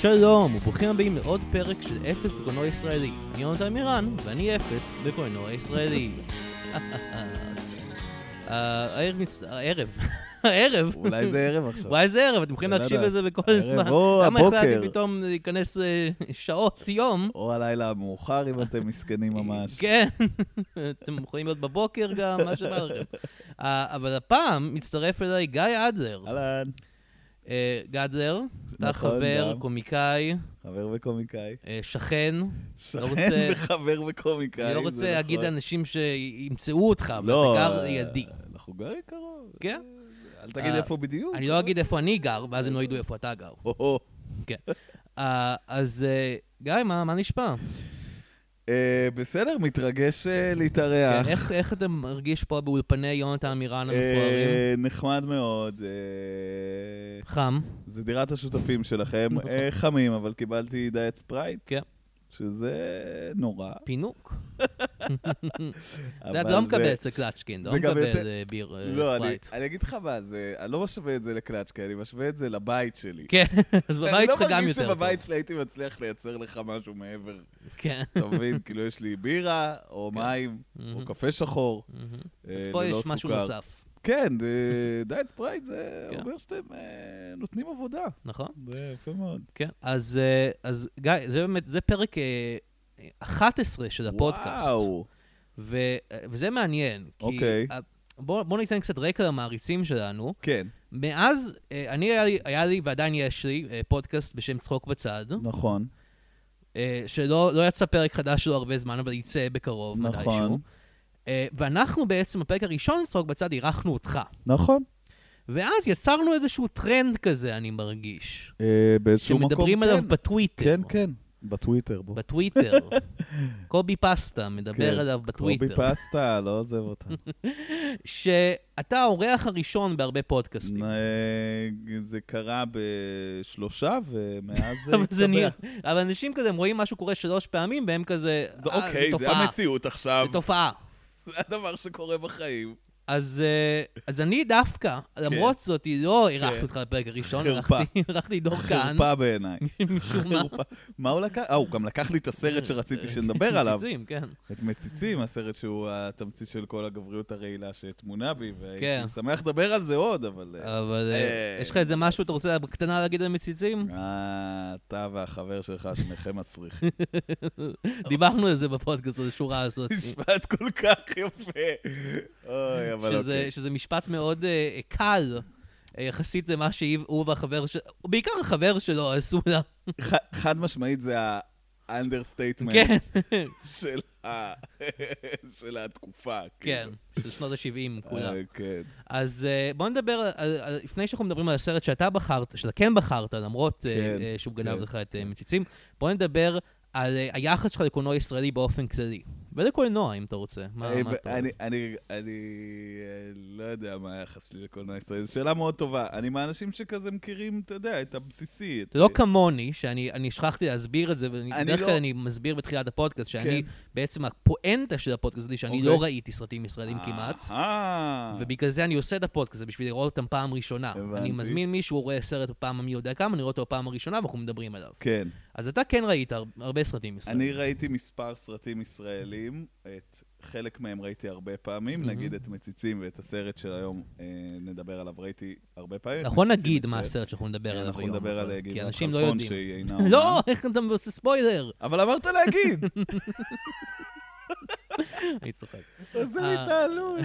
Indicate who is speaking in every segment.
Speaker 1: שלום, וברוכים הבאים לעוד פרק של אפס בקולנוע ישראלי. אני יונתן מירן, ואני אפס בקולנוע ישראלי. אה, הערב מצ... הערב. הערב.
Speaker 2: אולי זה ערב עכשיו.
Speaker 1: וואי, איזה ערב, אתם יכולים
Speaker 2: לא
Speaker 1: להקשיב
Speaker 2: יודע.
Speaker 1: לזה בכל
Speaker 2: הערב
Speaker 1: זמן.
Speaker 2: או
Speaker 1: למה החלטתי
Speaker 2: הבוקר.
Speaker 1: פתאום להיכנס אה, שעות יום?
Speaker 2: או הלילה המאוחר אם אתם מסכנים ממש.
Speaker 1: כן, אתם יכולים להיות בבוקר גם, מה שבא לכם. אה, אבל הפעם מצטרף אליי גיא אדלר.
Speaker 2: אהלן,
Speaker 1: אה, גדלר, אתה
Speaker 2: נכון,
Speaker 1: חבר,
Speaker 2: גם.
Speaker 1: קומיקאי,
Speaker 2: חבר וקומיקאי.
Speaker 1: אה, שכן.
Speaker 2: שכן
Speaker 1: לא רוצה-
Speaker 2: וחבר וקומיקאי.
Speaker 1: אני לא
Speaker 2: זה
Speaker 1: רוצה
Speaker 2: נכון.
Speaker 1: להגיד לאנשים שימצאו אותך, אבל
Speaker 2: לא,
Speaker 1: אתה גר
Speaker 2: אה,
Speaker 1: לידי.
Speaker 2: אנחנו גרים קרוב.
Speaker 1: כן?
Speaker 2: אל תגיד
Speaker 1: אה,
Speaker 2: איפה בדיוק.
Speaker 1: אני לא אגיד איפה אני גר, ואז הם לא ידעו איפה אתה גר. כן.
Speaker 2: או-הו.
Speaker 1: אה, אז אה, גיא, מה מה נשמע?
Speaker 2: אה, בסדר, מתרגש אה,
Speaker 1: כן,
Speaker 2: להתארח.
Speaker 1: איך- איך אתה מרגיש פה באולפני יונתן מירן המפוארים?
Speaker 2: אה, נחמד מאוד. אה,
Speaker 1: חם.
Speaker 2: זה דירת השותפים שלכם.
Speaker 1: נכון.
Speaker 2: אה, חמים, אבל קיבלתי דיאט ספרייט.
Speaker 1: כן.
Speaker 2: שזה נורא.
Speaker 1: פינוק.
Speaker 2: אבל
Speaker 1: זה אתה לא מקבל אצל קלצ'קין, אתה לא
Speaker 2: זה גם יותר-
Speaker 1: מקבל אה, ביר אה,
Speaker 2: לא, אני,
Speaker 1: ספרייט.
Speaker 2: אני אגיד לך מה, זה, אני לא משווה את זה לקלצ'קה, אני משווה את זה לבית שלי.
Speaker 1: כן, אז בבית שלך
Speaker 2: אני לא
Speaker 1: גם
Speaker 2: מרגיש
Speaker 1: יותר טוב.
Speaker 2: שבבית שלי הייתי מצליח לייצר לך משהו מעבר.
Speaker 1: כן.
Speaker 2: אתה מבין? כאילו, יש לי בירה, או
Speaker 1: כן.
Speaker 2: מים, או
Speaker 1: מהמם,
Speaker 2: קפה שחור.
Speaker 1: מהמם.
Speaker 2: אה,
Speaker 1: אז פה
Speaker 2: ללא
Speaker 1: יש משהו
Speaker 2: סוכר.
Speaker 1: נוסף,
Speaker 2: כן, אה, דיאט ספרייט זה
Speaker 1: כן.
Speaker 2: אומר שאתם אה, נותנים עבודה.
Speaker 1: נכון?
Speaker 2: זה יפה מאוד.
Speaker 1: כן, אז, אה, אז גיא, זה באמת, זה פרק אה, 11 של הפודקאסט.
Speaker 2: וואו.
Speaker 1: ו, אה, וזה מעניין, כי...
Speaker 2: אוקיי.
Speaker 1: אה, בואו בוא ניתן קצת רקע למעריצים שלנו.
Speaker 2: כן,
Speaker 1: מאז, אה, אני, היה לי, היה לי ועדיין יש לי אה, פודקאסט בשם צחוק בצד,
Speaker 2: נכון.
Speaker 1: אה, שלא לא יצא פרק חדש שלו הרבה זמן, אבל יצא בקרוב מתישהו.
Speaker 2: נכון.
Speaker 1: אה, ואנחנו בעצם, בפרק הראשון של צחוק בצד, אירחנו אותך.
Speaker 2: נכון.
Speaker 1: ואז יצרנו איזשהו טרנד כזה, אני מרגיש.
Speaker 2: אה, באיזשהו מקום, כן.
Speaker 1: שמדברים עליו בטוויטר.
Speaker 2: כן, כן, בטוויטר, בוא.
Speaker 1: בטוויטר. קובי פסטה
Speaker 2: כן,
Speaker 1: מדבר עליו
Speaker 2: קובי
Speaker 1: בטוויטר.
Speaker 2: פסטה, לא עוזב אותנו.
Speaker 1: שאתה האורח הראשון בהרבה פודקאסטים.
Speaker 2: אה, זה קרה בשלושה, ומאז זה
Speaker 1: אבל זה נראה,
Speaker 2: התקבע.
Speaker 1: אבל אנשים כזה, הם רואים משהו קורה שלוש פעמים, והם כזה,
Speaker 2: זה
Speaker 1: "אה,
Speaker 2: אוקיי, זה
Speaker 1: תופעה,
Speaker 2: המציאות עכשיו.
Speaker 1: זה תופעה.
Speaker 2: זה הדבר שקורה בחיים.
Speaker 1: אז, אה, אז אני דווקא, למרות זאת, לא אירחתי אותך בפרק הראשון,
Speaker 2: כן. חרפה.
Speaker 1: אירחתי- אירחתי דור כהן.
Speaker 2: חרפה בעיניי.
Speaker 1: אוקיי. משום מה. אה,
Speaker 2: חרפה. מה הוא לקח? אה, הוא גם לקח לי את הסרט שרציתי שנדבר עליו.
Speaker 1: מציצים, כן.
Speaker 2: את מציצים, הסרט שהוא התמצית של כל הגבריות הרעילה שטמונה בי,
Speaker 1: כן.
Speaker 2: והייתי שמח לדבר על זה עוד, אבל... אה,
Speaker 1: אבל אה,
Speaker 2: אה,
Speaker 1: יש לך איזה משהו אתה רוצה בקטנה להגיד על מציצים?
Speaker 2: אה, אתה והחבר שלך, שניכם מסריחים. אוקיי.
Speaker 1: דיברנו על זה בפודקאסט, על השורה הזאת.
Speaker 2: משפט כל כך יפה. אוי, אבל
Speaker 1: שזה,
Speaker 2: אוקיי.
Speaker 1: שזה משפט מאוד אה, קל, אה, יחסית למה שהוא והחבר שלו, בעיקר החבר שלו עשו לה.
Speaker 2: ח- חד משמעית זה האנדרסטייטמנט
Speaker 1: כן,
Speaker 2: של ה- של התקופה.
Speaker 1: כן,
Speaker 2: כאילו.
Speaker 1: של שנות ה-70 כולם.
Speaker 2: אה, כן.
Speaker 1: אז אה, בואו נדבר, על- על- על- לפני שאנחנו מדברים על הסרט שאתה בחרת, שאתה כן בחרת, למרות אה,
Speaker 2: כן,
Speaker 1: אה, שהוא גנב
Speaker 2: כן.
Speaker 1: לך את אה, מציצים, בואו נדבר על אה, היחס שלך לקולנוע ישראלי באופן כללי. ולקולנוע, אם אתה רוצה. מה
Speaker 2: אה,
Speaker 1: מה אתה
Speaker 2: אני-
Speaker 1: אומר?
Speaker 2: אני אני, אה, לא יודע מה היחס שלי לקולנוע ישראלי, זו שאלה מאוד טובה. אני מהאנשים שכזה מכירים, אתה יודע, את הבסיסי. את-
Speaker 1: זה לא כמוני, שאני אני שכחתי להסביר את זה,
Speaker 2: אה, אני
Speaker 1: ובדרך
Speaker 2: לא-
Speaker 1: כלל אני מסביר בתחילת הפודקאסט, שאני,
Speaker 2: כן.
Speaker 1: בעצם הפואנטה של הפודקאסט שלי, שאני
Speaker 2: אוקיי.
Speaker 1: לא ראיתי סרטים ישראלים כמעט,
Speaker 2: אהה.
Speaker 1: ובגלל זה אני עושה את הפודקאסט, זה בשביל לראות אותם פעם ראשונה. אני
Speaker 2: הבנתי.
Speaker 1: מזמין מישהו, הוא רואה סרט פעם המי יודע כמה, אני רואה אותו פעם הראשונה, ואנחנו מדברים עליו.
Speaker 2: כן.
Speaker 1: אז אתה כן ראית הר- הרבה סרטים
Speaker 2: אני
Speaker 1: ישראלים.
Speaker 2: ראיתי מספר סרטים ישראלים, את חלק מהם ראיתי הרבה פעמים,
Speaker 1: מהמם.
Speaker 2: נגיד את מציצים ואת הסרט של היום, אה, נדבר עליו, ראיתי הרבה פעמים.
Speaker 1: נכון
Speaker 2: מציצים אה,
Speaker 1: נגיד
Speaker 2: יותר.
Speaker 1: מה הסרט שאנחנו נדבר עליו היום.
Speaker 2: כן. אנחנו נדבר
Speaker 1: אבל-
Speaker 2: על
Speaker 1: כי
Speaker 2: גבעת
Speaker 1: אנשים לא
Speaker 2: חלפון
Speaker 1: יודעים.
Speaker 2: שהיא אינה אומה.
Speaker 1: לא, איך אתה עושה ספוילר?
Speaker 2: אבל אמרת להגיד!
Speaker 1: אני צוחק.
Speaker 2: עושה
Speaker 1: אה.
Speaker 2: לי תעלול.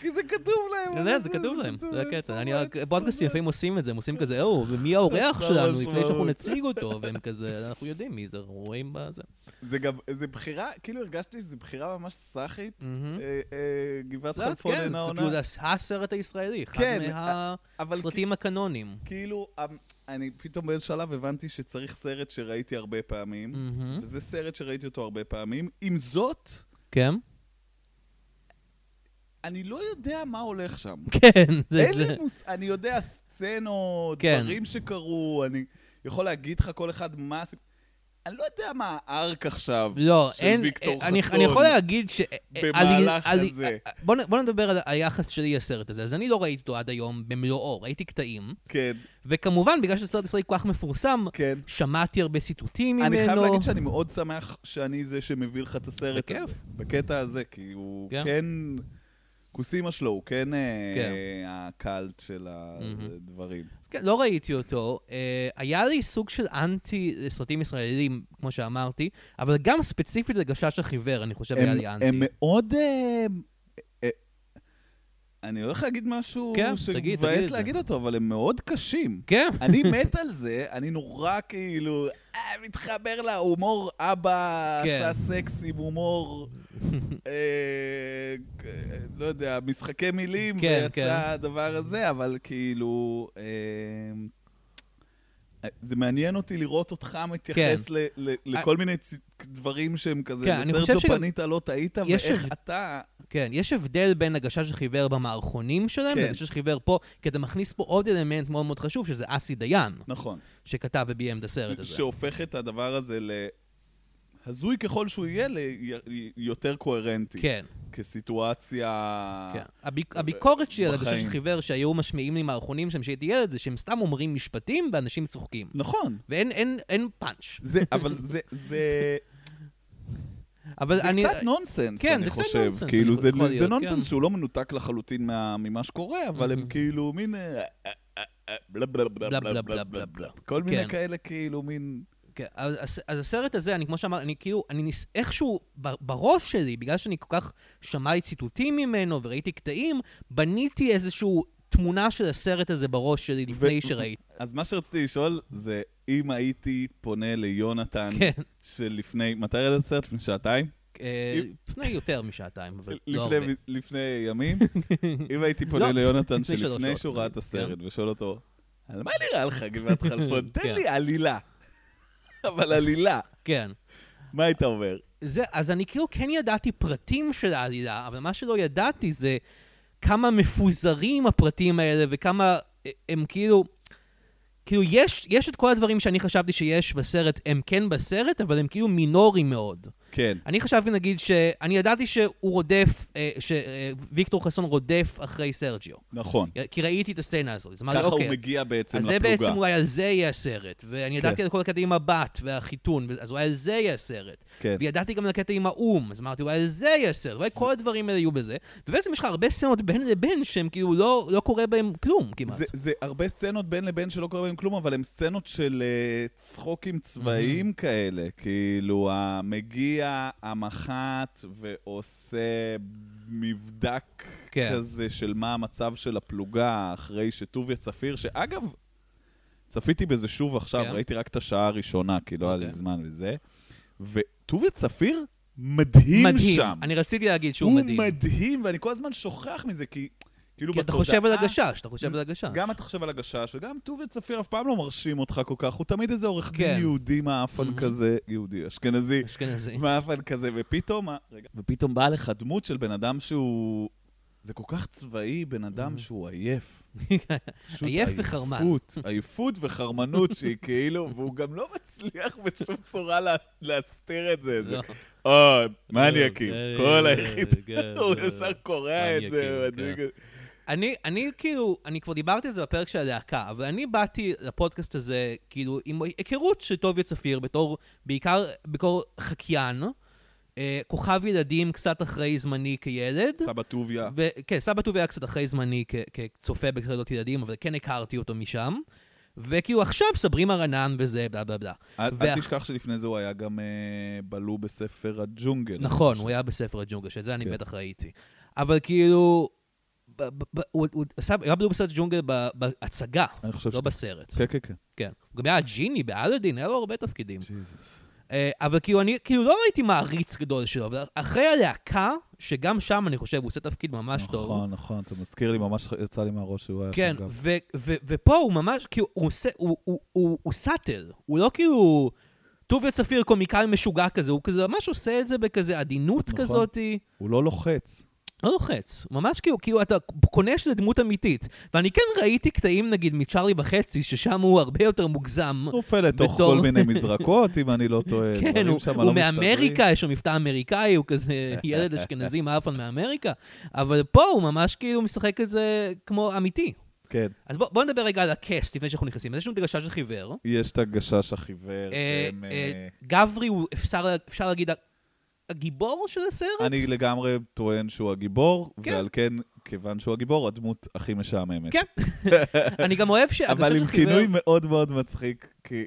Speaker 2: כי זה כתוב להם.
Speaker 1: אני יודע, זה כתוב להם, זה הקטע. אני- פודקאסטים לפעמים עושים את זה, הם עושים כזה, או, ומי האורח
Speaker 2: חסר
Speaker 1: שלנו לפני
Speaker 2: משמעות.
Speaker 1: שאנחנו נציג אותו, והם כזה, אנחנו יודעים מי זה, אנחנו רואים בזה.
Speaker 2: זה גם, זה בחירה, כאילו הרגשתי שזו בחירה ממש סאחית.
Speaker 1: מהמם.
Speaker 2: אה, אה, גבעת
Speaker 1: זה
Speaker 2: חלפון
Speaker 1: כן, זה
Speaker 2: אינה
Speaker 1: כאילו
Speaker 2: עונה.
Speaker 1: זה הסרט הישראלי, אחד
Speaker 2: כן, אבל
Speaker 1: מהסרטים הקנונים.
Speaker 2: כאילו, אמ, אני פתאום באיזה שלב הבנתי שצריך סרט שראיתי הרבה פעמים,
Speaker 1: מהמם.
Speaker 2: וזה סרט שראיתי אותו הרבה פעמים. עם זאת,
Speaker 1: כן?
Speaker 2: אני לא יודע מה הולך שם.
Speaker 1: כן, זה...
Speaker 2: אין
Speaker 1: זה-
Speaker 2: לי מוס... אני יודע סצנות,
Speaker 1: כן.
Speaker 2: דברים שקרו, אני יכול להגיד לך כל אחד מה... הסיפ- אני לא יודע מה הארק עכשיו
Speaker 1: לא,
Speaker 2: של
Speaker 1: אין...
Speaker 2: ויקטור
Speaker 1: אה, אני,
Speaker 2: חסון.
Speaker 1: אני יכול להגיד ש...
Speaker 2: במהלך
Speaker 1: על- על-
Speaker 2: הזה.
Speaker 1: בוא, נ- בוא נדבר על היחס שלי לסרט הזה. אז אני לא ראיתי אותו עד היום במלואו, ראיתי קטעים.
Speaker 2: כן,
Speaker 1: וכמובן, בגלל שסרט ישראלי כל כך מפורסם,
Speaker 2: כן.
Speaker 1: שמעתי הרבה ציטוטים ממנו.
Speaker 2: אני חייב להגיד שאני מאוד שמח שאני זה שמביא לך את הסרט
Speaker 1: בכיף.
Speaker 2: הזה. בקטע הזה, כי הוא
Speaker 1: כן.
Speaker 2: כן... כוסימה שלו, הוא כן אה,
Speaker 1: כן.
Speaker 2: הקאלט של
Speaker 1: מהמם.
Speaker 2: הדברים.
Speaker 1: אז כן, לא ראיתי אותו. אה, היה לי סוג של אנטי לסרטים ישראלים, כמו שאמרתי, אבל גם ספציפית לגשש החיוור, אני חושב, היה
Speaker 2: הם,
Speaker 1: לי אנטי.
Speaker 2: הם מאוד... אה, אה, אני הולך להגיד משהו
Speaker 1: כן, תגיד, תגיד את
Speaker 2: שמבאס
Speaker 1: זה.
Speaker 2: להגיד אותו, אבל הם מאוד קשים.
Speaker 1: כן.
Speaker 2: אני מת על זה, אני נורא כאילו, אה, מתחבר להומור אבא
Speaker 1: כן.
Speaker 2: עשה סקס עם הומור, אה, אה, לא יודע, משחקי מילים,
Speaker 1: כן, כן.
Speaker 2: ויצא הדבר הזה, אבל כאילו, אה, זה מעניין אותי לראות אותך מתייחס ל- ל- לכל מיני צ- דברים שהם כזה,
Speaker 1: אה, כן, אני חושב
Speaker 2: לסרג'ו
Speaker 1: שגם-
Speaker 2: פנית, לא טעית,
Speaker 1: יש
Speaker 2: ואיך
Speaker 1: הבד-
Speaker 2: אתה...
Speaker 1: כן, יש הבדל בין הגשש החיוור במערכונים שלהם
Speaker 2: כן.
Speaker 1: לגשש החיוור פה, כי אתה מכניס פה עוד אלמנט מאוד מאוד חשוב, שזה אסי דיין,
Speaker 2: נכון.
Speaker 1: שכתב וביים את הסרט הזה.
Speaker 2: שהופך את הדבר הזה ל... הזוי ככל שהוא יהיה, ליותר קוהרנטי.
Speaker 1: כן,
Speaker 2: כסיטואציה...
Speaker 1: כן. הביק- הביקורת שלי על הגשש
Speaker 2: אה. בחיים.
Speaker 1: החיוור שהיו משמיעים לי מערכונים שם כשהייתי ילד, זה שהם סתם אומרים משפטים ואנשים צוחקים.
Speaker 2: נכון.
Speaker 1: ואין אין- אין פאנץ'.
Speaker 2: זה, אבל זה, זה,
Speaker 1: אבל
Speaker 2: זה
Speaker 1: אני...
Speaker 2: קצת נונסנס,
Speaker 1: כן,
Speaker 2: אני
Speaker 1: זה קצת
Speaker 2: חושב.
Speaker 1: נונסנס,
Speaker 2: כאילו,
Speaker 1: אני-
Speaker 2: זה,
Speaker 1: יכול
Speaker 2: זה
Speaker 1: להיות,
Speaker 2: נונסנס
Speaker 1: כן.
Speaker 2: שהוא לא מנותק לחלוטין מה, ממה שקורה, אבל הם
Speaker 1: Mhm.
Speaker 2: כאילו מין... אה, אה, אה, אה, בלה בלה
Speaker 1: בלה, בלה,
Speaker 2: בלה בלה בלה
Speaker 1: בלה,
Speaker 2: בלה
Speaker 1: בלה.
Speaker 2: בלה. כל מיני
Speaker 1: כן.
Speaker 2: כאלה כאילו מין...
Speaker 1: כן, אז, אז- אז הסרט הזה, אני כמו שאמרתי, אני כאילו, אני ניס, איכשהו ב, בראש שלי, בגלל שאני כל כך שמעתי ציטוטים ממנו וראיתי קטעים, בניתי איזושהי תמונה של הסרט הזה בראש שלי לפני
Speaker 2: ו-
Speaker 1: שראיתי.
Speaker 2: אז מה שרציתי לשאול זה, אם הייתי פונה ליונתן,
Speaker 1: כן.
Speaker 2: שלפני... מתי היה הסרט? לפני שעתיים?
Speaker 1: אה, לפני יותר משעתיים, אבל לא הרבה.
Speaker 2: לפני, לפני ימים, אם הייתי
Speaker 1: לא,
Speaker 2: פונה ליונתן
Speaker 1: לפני שלוש
Speaker 2: שלפני
Speaker 1: שעות. כן.
Speaker 2: שהוא ראה את הסרט ושואל אותו, על מה נראה לך גבעת חלפון?
Speaker 1: כן.
Speaker 2: תן לי עלילה. אבל עלילה,
Speaker 1: כן.
Speaker 2: מה היית אומר?
Speaker 1: זה, אז אני כאילו כן ידעתי פרטים של העלילה, אבל מה שלא ידעתי זה כמה מפוזרים הפרטים האלה וכמה אה, הם כאילו... כאילו, יש, יש את כל הדברים שאני חשבתי שיש בסרט, הם כן בסרט, אבל הם כאילו מינורים מאוד.
Speaker 2: כן,
Speaker 1: אני חשבתי, נגיד, ש... אני ידעתי שהוא רודף, אה, שוויקטור חסון רודף אחרי סרג'יו.
Speaker 2: נכון.
Speaker 1: כי ראיתי את הסצנה הזאת. אז כן, אמרתי,
Speaker 2: ככה הוא
Speaker 1: אוקיי,
Speaker 2: מגיע בעצם
Speaker 1: אז
Speaker 2: לפלוגה.
Speaker 1: זה בעצם אולי על זה יהיה הסרט. ואני
Speaker 2: כן.
Speaker 1: ידעתי על כל הקטע עם הבת והחיתון, ו- אז אולי על זה יהיה הסרט.
Speaker 2: כן.
Speaker 1: וידעתי גם על הקטע עם האו"ם, אז אמרתי, אולי על זה יהיה הסרט. אולי כל הדברים האלה יהיו בזה. ובעצם יש לך הרבה סצנות בין לבין שהם כאילו לא לא קורה בהם כלום כמעט.
Speaker 2: זה, זה הרבה סצנות בין לבין שלא קורה בהן כלום, אבל הן סצנות של אה, צחוקים צבאיים כאלה. כאילו, המגיע המח"ט ועושה מבדק
Speaker 1: כן.
Speaker 2: כזה של מה המצב של הפלוגה אחרי שטוביה צפיר, שאגב, צפיתי בזה שוב עכשיו,
Speaker 1: כן.
Speaker 2: ראיתי רק את השעה הראשונה, כי לא היה לי
Speaker 1: אוקיי.
Speaker 2: זמן וזה. וטוביה צפיר מדהים,
Speaker 1: מדהים.
Speaker 2: שם.
Speaker 1: אני רציתי להגיד שהוא
Speaker 2: הוא
Speaker 1: מדהים.
Speaker 2: מדהים, ואני כל הזמן שוכח מזה, כי... כאילו
Speaker 1: כי אתה
Speaker 2: בתודעה-
Speaker 1: חושב על הגשש, אתה חושב על הגשש.
Speaker 2: גם אתה חושב על הגשש, וגם טוביה צפיר אף פעם לא מרשים אותך כל כך, הוא תמיד איזה עורך
Speaker 1: כן.
Speaker 2: דין יהודי
Speaker 1: Mhm.
Speaker 2: מאפן כזה, יהודי, אשכנזי,
Speaker 1: אשכנזי.
Speaker 2: מאפן כזה, ופתאום, ה- רגע, ופתאום באה לך דמות של בן אדם שהוא... זה כל כך צבאי, בן אדם שהוא עייף. פשוט
Speaker 1: אה. עייף וחרמן.
Speaker 2: עייפות, עייפות וחרמנות שהיא כאילו, והוא גם לא מצליח בשום צורה לה- להסתיר את זה. זה,
Speaker 1: לא.
Speaker 2: אוי, מניאקים,
Speaker 1: אה,
Speaker 2: כל
Speaker 1: אה,
Speaker 2: היחיד,
Speaker 1: כן,
Speaker 2: הוא
Speaker 1: אה,
Speaker 2: ישר קורע את זה,
Speaker 1: מניאקים,
Speaker 2: מדליק
Speaker 1: כן.
Speaker 2: את-
Speaker 1: אני, אני כאילו, אני כבר דיברתי על זה בפרק של הלהקה, אבל אני באתי לפודקאסט הזה, כאילו, עם היכרות של טוביה צפיר בתור, בעיקר בתור חקיין, אה, כוכב ילדים קצת אחרי זמני כילד.
Speaker 2: סבא טוביה.
Speaker 1: ו- כן, סבא טוביה היה קצת אחרי זמני כ- כצופה בקרדות ילדים, אבל כן הכרתי אותו משם. וכאילו עכשיו סברים הרנן וזה, בלה בלה בלה.
Speaker 2: אל
Speaker 1: ואח-
Speaker 2: אל תשכח שלפני זה הוא היה גם אה, בלו בספר הג'ונגל.
Speaker 1: נכון, הוא היה בספר הג'ונגל, שאת זה אני
Speaker 2: כן.
Speaker 1: בטח ראיתי. אבל כאילו, ב- ב- ב- הוא הוא עשה- הוא היה בסרט הג'ונגל ב- בהצגה,
Speaker 2: אני חושב
Speaker 1: לא
Speaker 2: ש-
Speaker 1: בסרט.
Speaker 2: כן, כן, כן.
Speaker 1: כן. הוא גם היה ג'יני באלאדין, היה לו הרבה תפקידים.
Speaker 2: ג'יזוס.
Speaker 1: אה, אבל כאילו, אני כאילו לא הייתי מעריץ גדול שלו, אבל אחרי הלהקה, שגם שם אני חושב הוא עושה תפקיד ממש טוב.
Speaker 2: נכון, נכון, אתה מזכיר לי, ממש יצא לי מהראש שהוא היה
Speaker 1: כן,
Speaker 2: שם גם.
Speaker 1: ו- ו- ופה הוא ממש, כאילו, הוא עושה, הוא- הוא- הוא הוא סאטל, הוא לא כאילו טוביה צפיר קומיקאי משוגע כזה, הוא כזה ממש עושה את זה בכזה עדינות
Speaker 2: נכון.
Speaker 1: כזאתי.
Speaker 2: הוא לא לוחץ.
Speaker 1: לא לוחץ, ממש כאילו, כאילו אתה קונה שזה דמות אמיתית. ואני כן ראיתי קטעים נגיד מצ'ארלי וחצי, ששם הוא הרבה יותר מוגזם.
Speaker 2: נופל לתוך
Speaker 1: בתור-
Speaker 2: כל מיני מזרקות, אם אני לא טועה.
Speaker 1: כן,
Speaker 2: דברים
Speaker 1: הוא,
Speaker 2: שם
Speaker 1: הוא
Speaker 2: לא מסתדרים.
Speaker 1: מאמריקה, יש לו מבטא אמריקאי, הוא כזה ילד אשכנזי מאפן מאמריקה, אבל פה הוא ממש כאילו משחק את זה כמו אמיתי.
Speaker 2: כן.
Speaker 1: אז בואו בוא נדבר רגע על הקאסט לפני שאנחנו נכנסים. אז יש לנו את הגשש החיוור.
Speaker 2: יש את הגשש החיוור,
Speaker 1: אה,
Speaker 2: שהם...
Speaker 1: אה,
Speaker 2: אה,
Speaker 1: גברי הוא, אפשר, אפשר להגיד, הגיבור של הסרט?
Speaker 2: אני לגמרי טוען שהוא הגיבור,
Speaker 1: כן.
Speaker 2: ועל כן, כיוון שהוא הגיבור, הדמות הכי משעממת.
Speaker 1: כן. אני גם אוהב שהגשש החיוור...
Speaker 2: אבל עם כינוי מאוד מאוד מצחיק, כי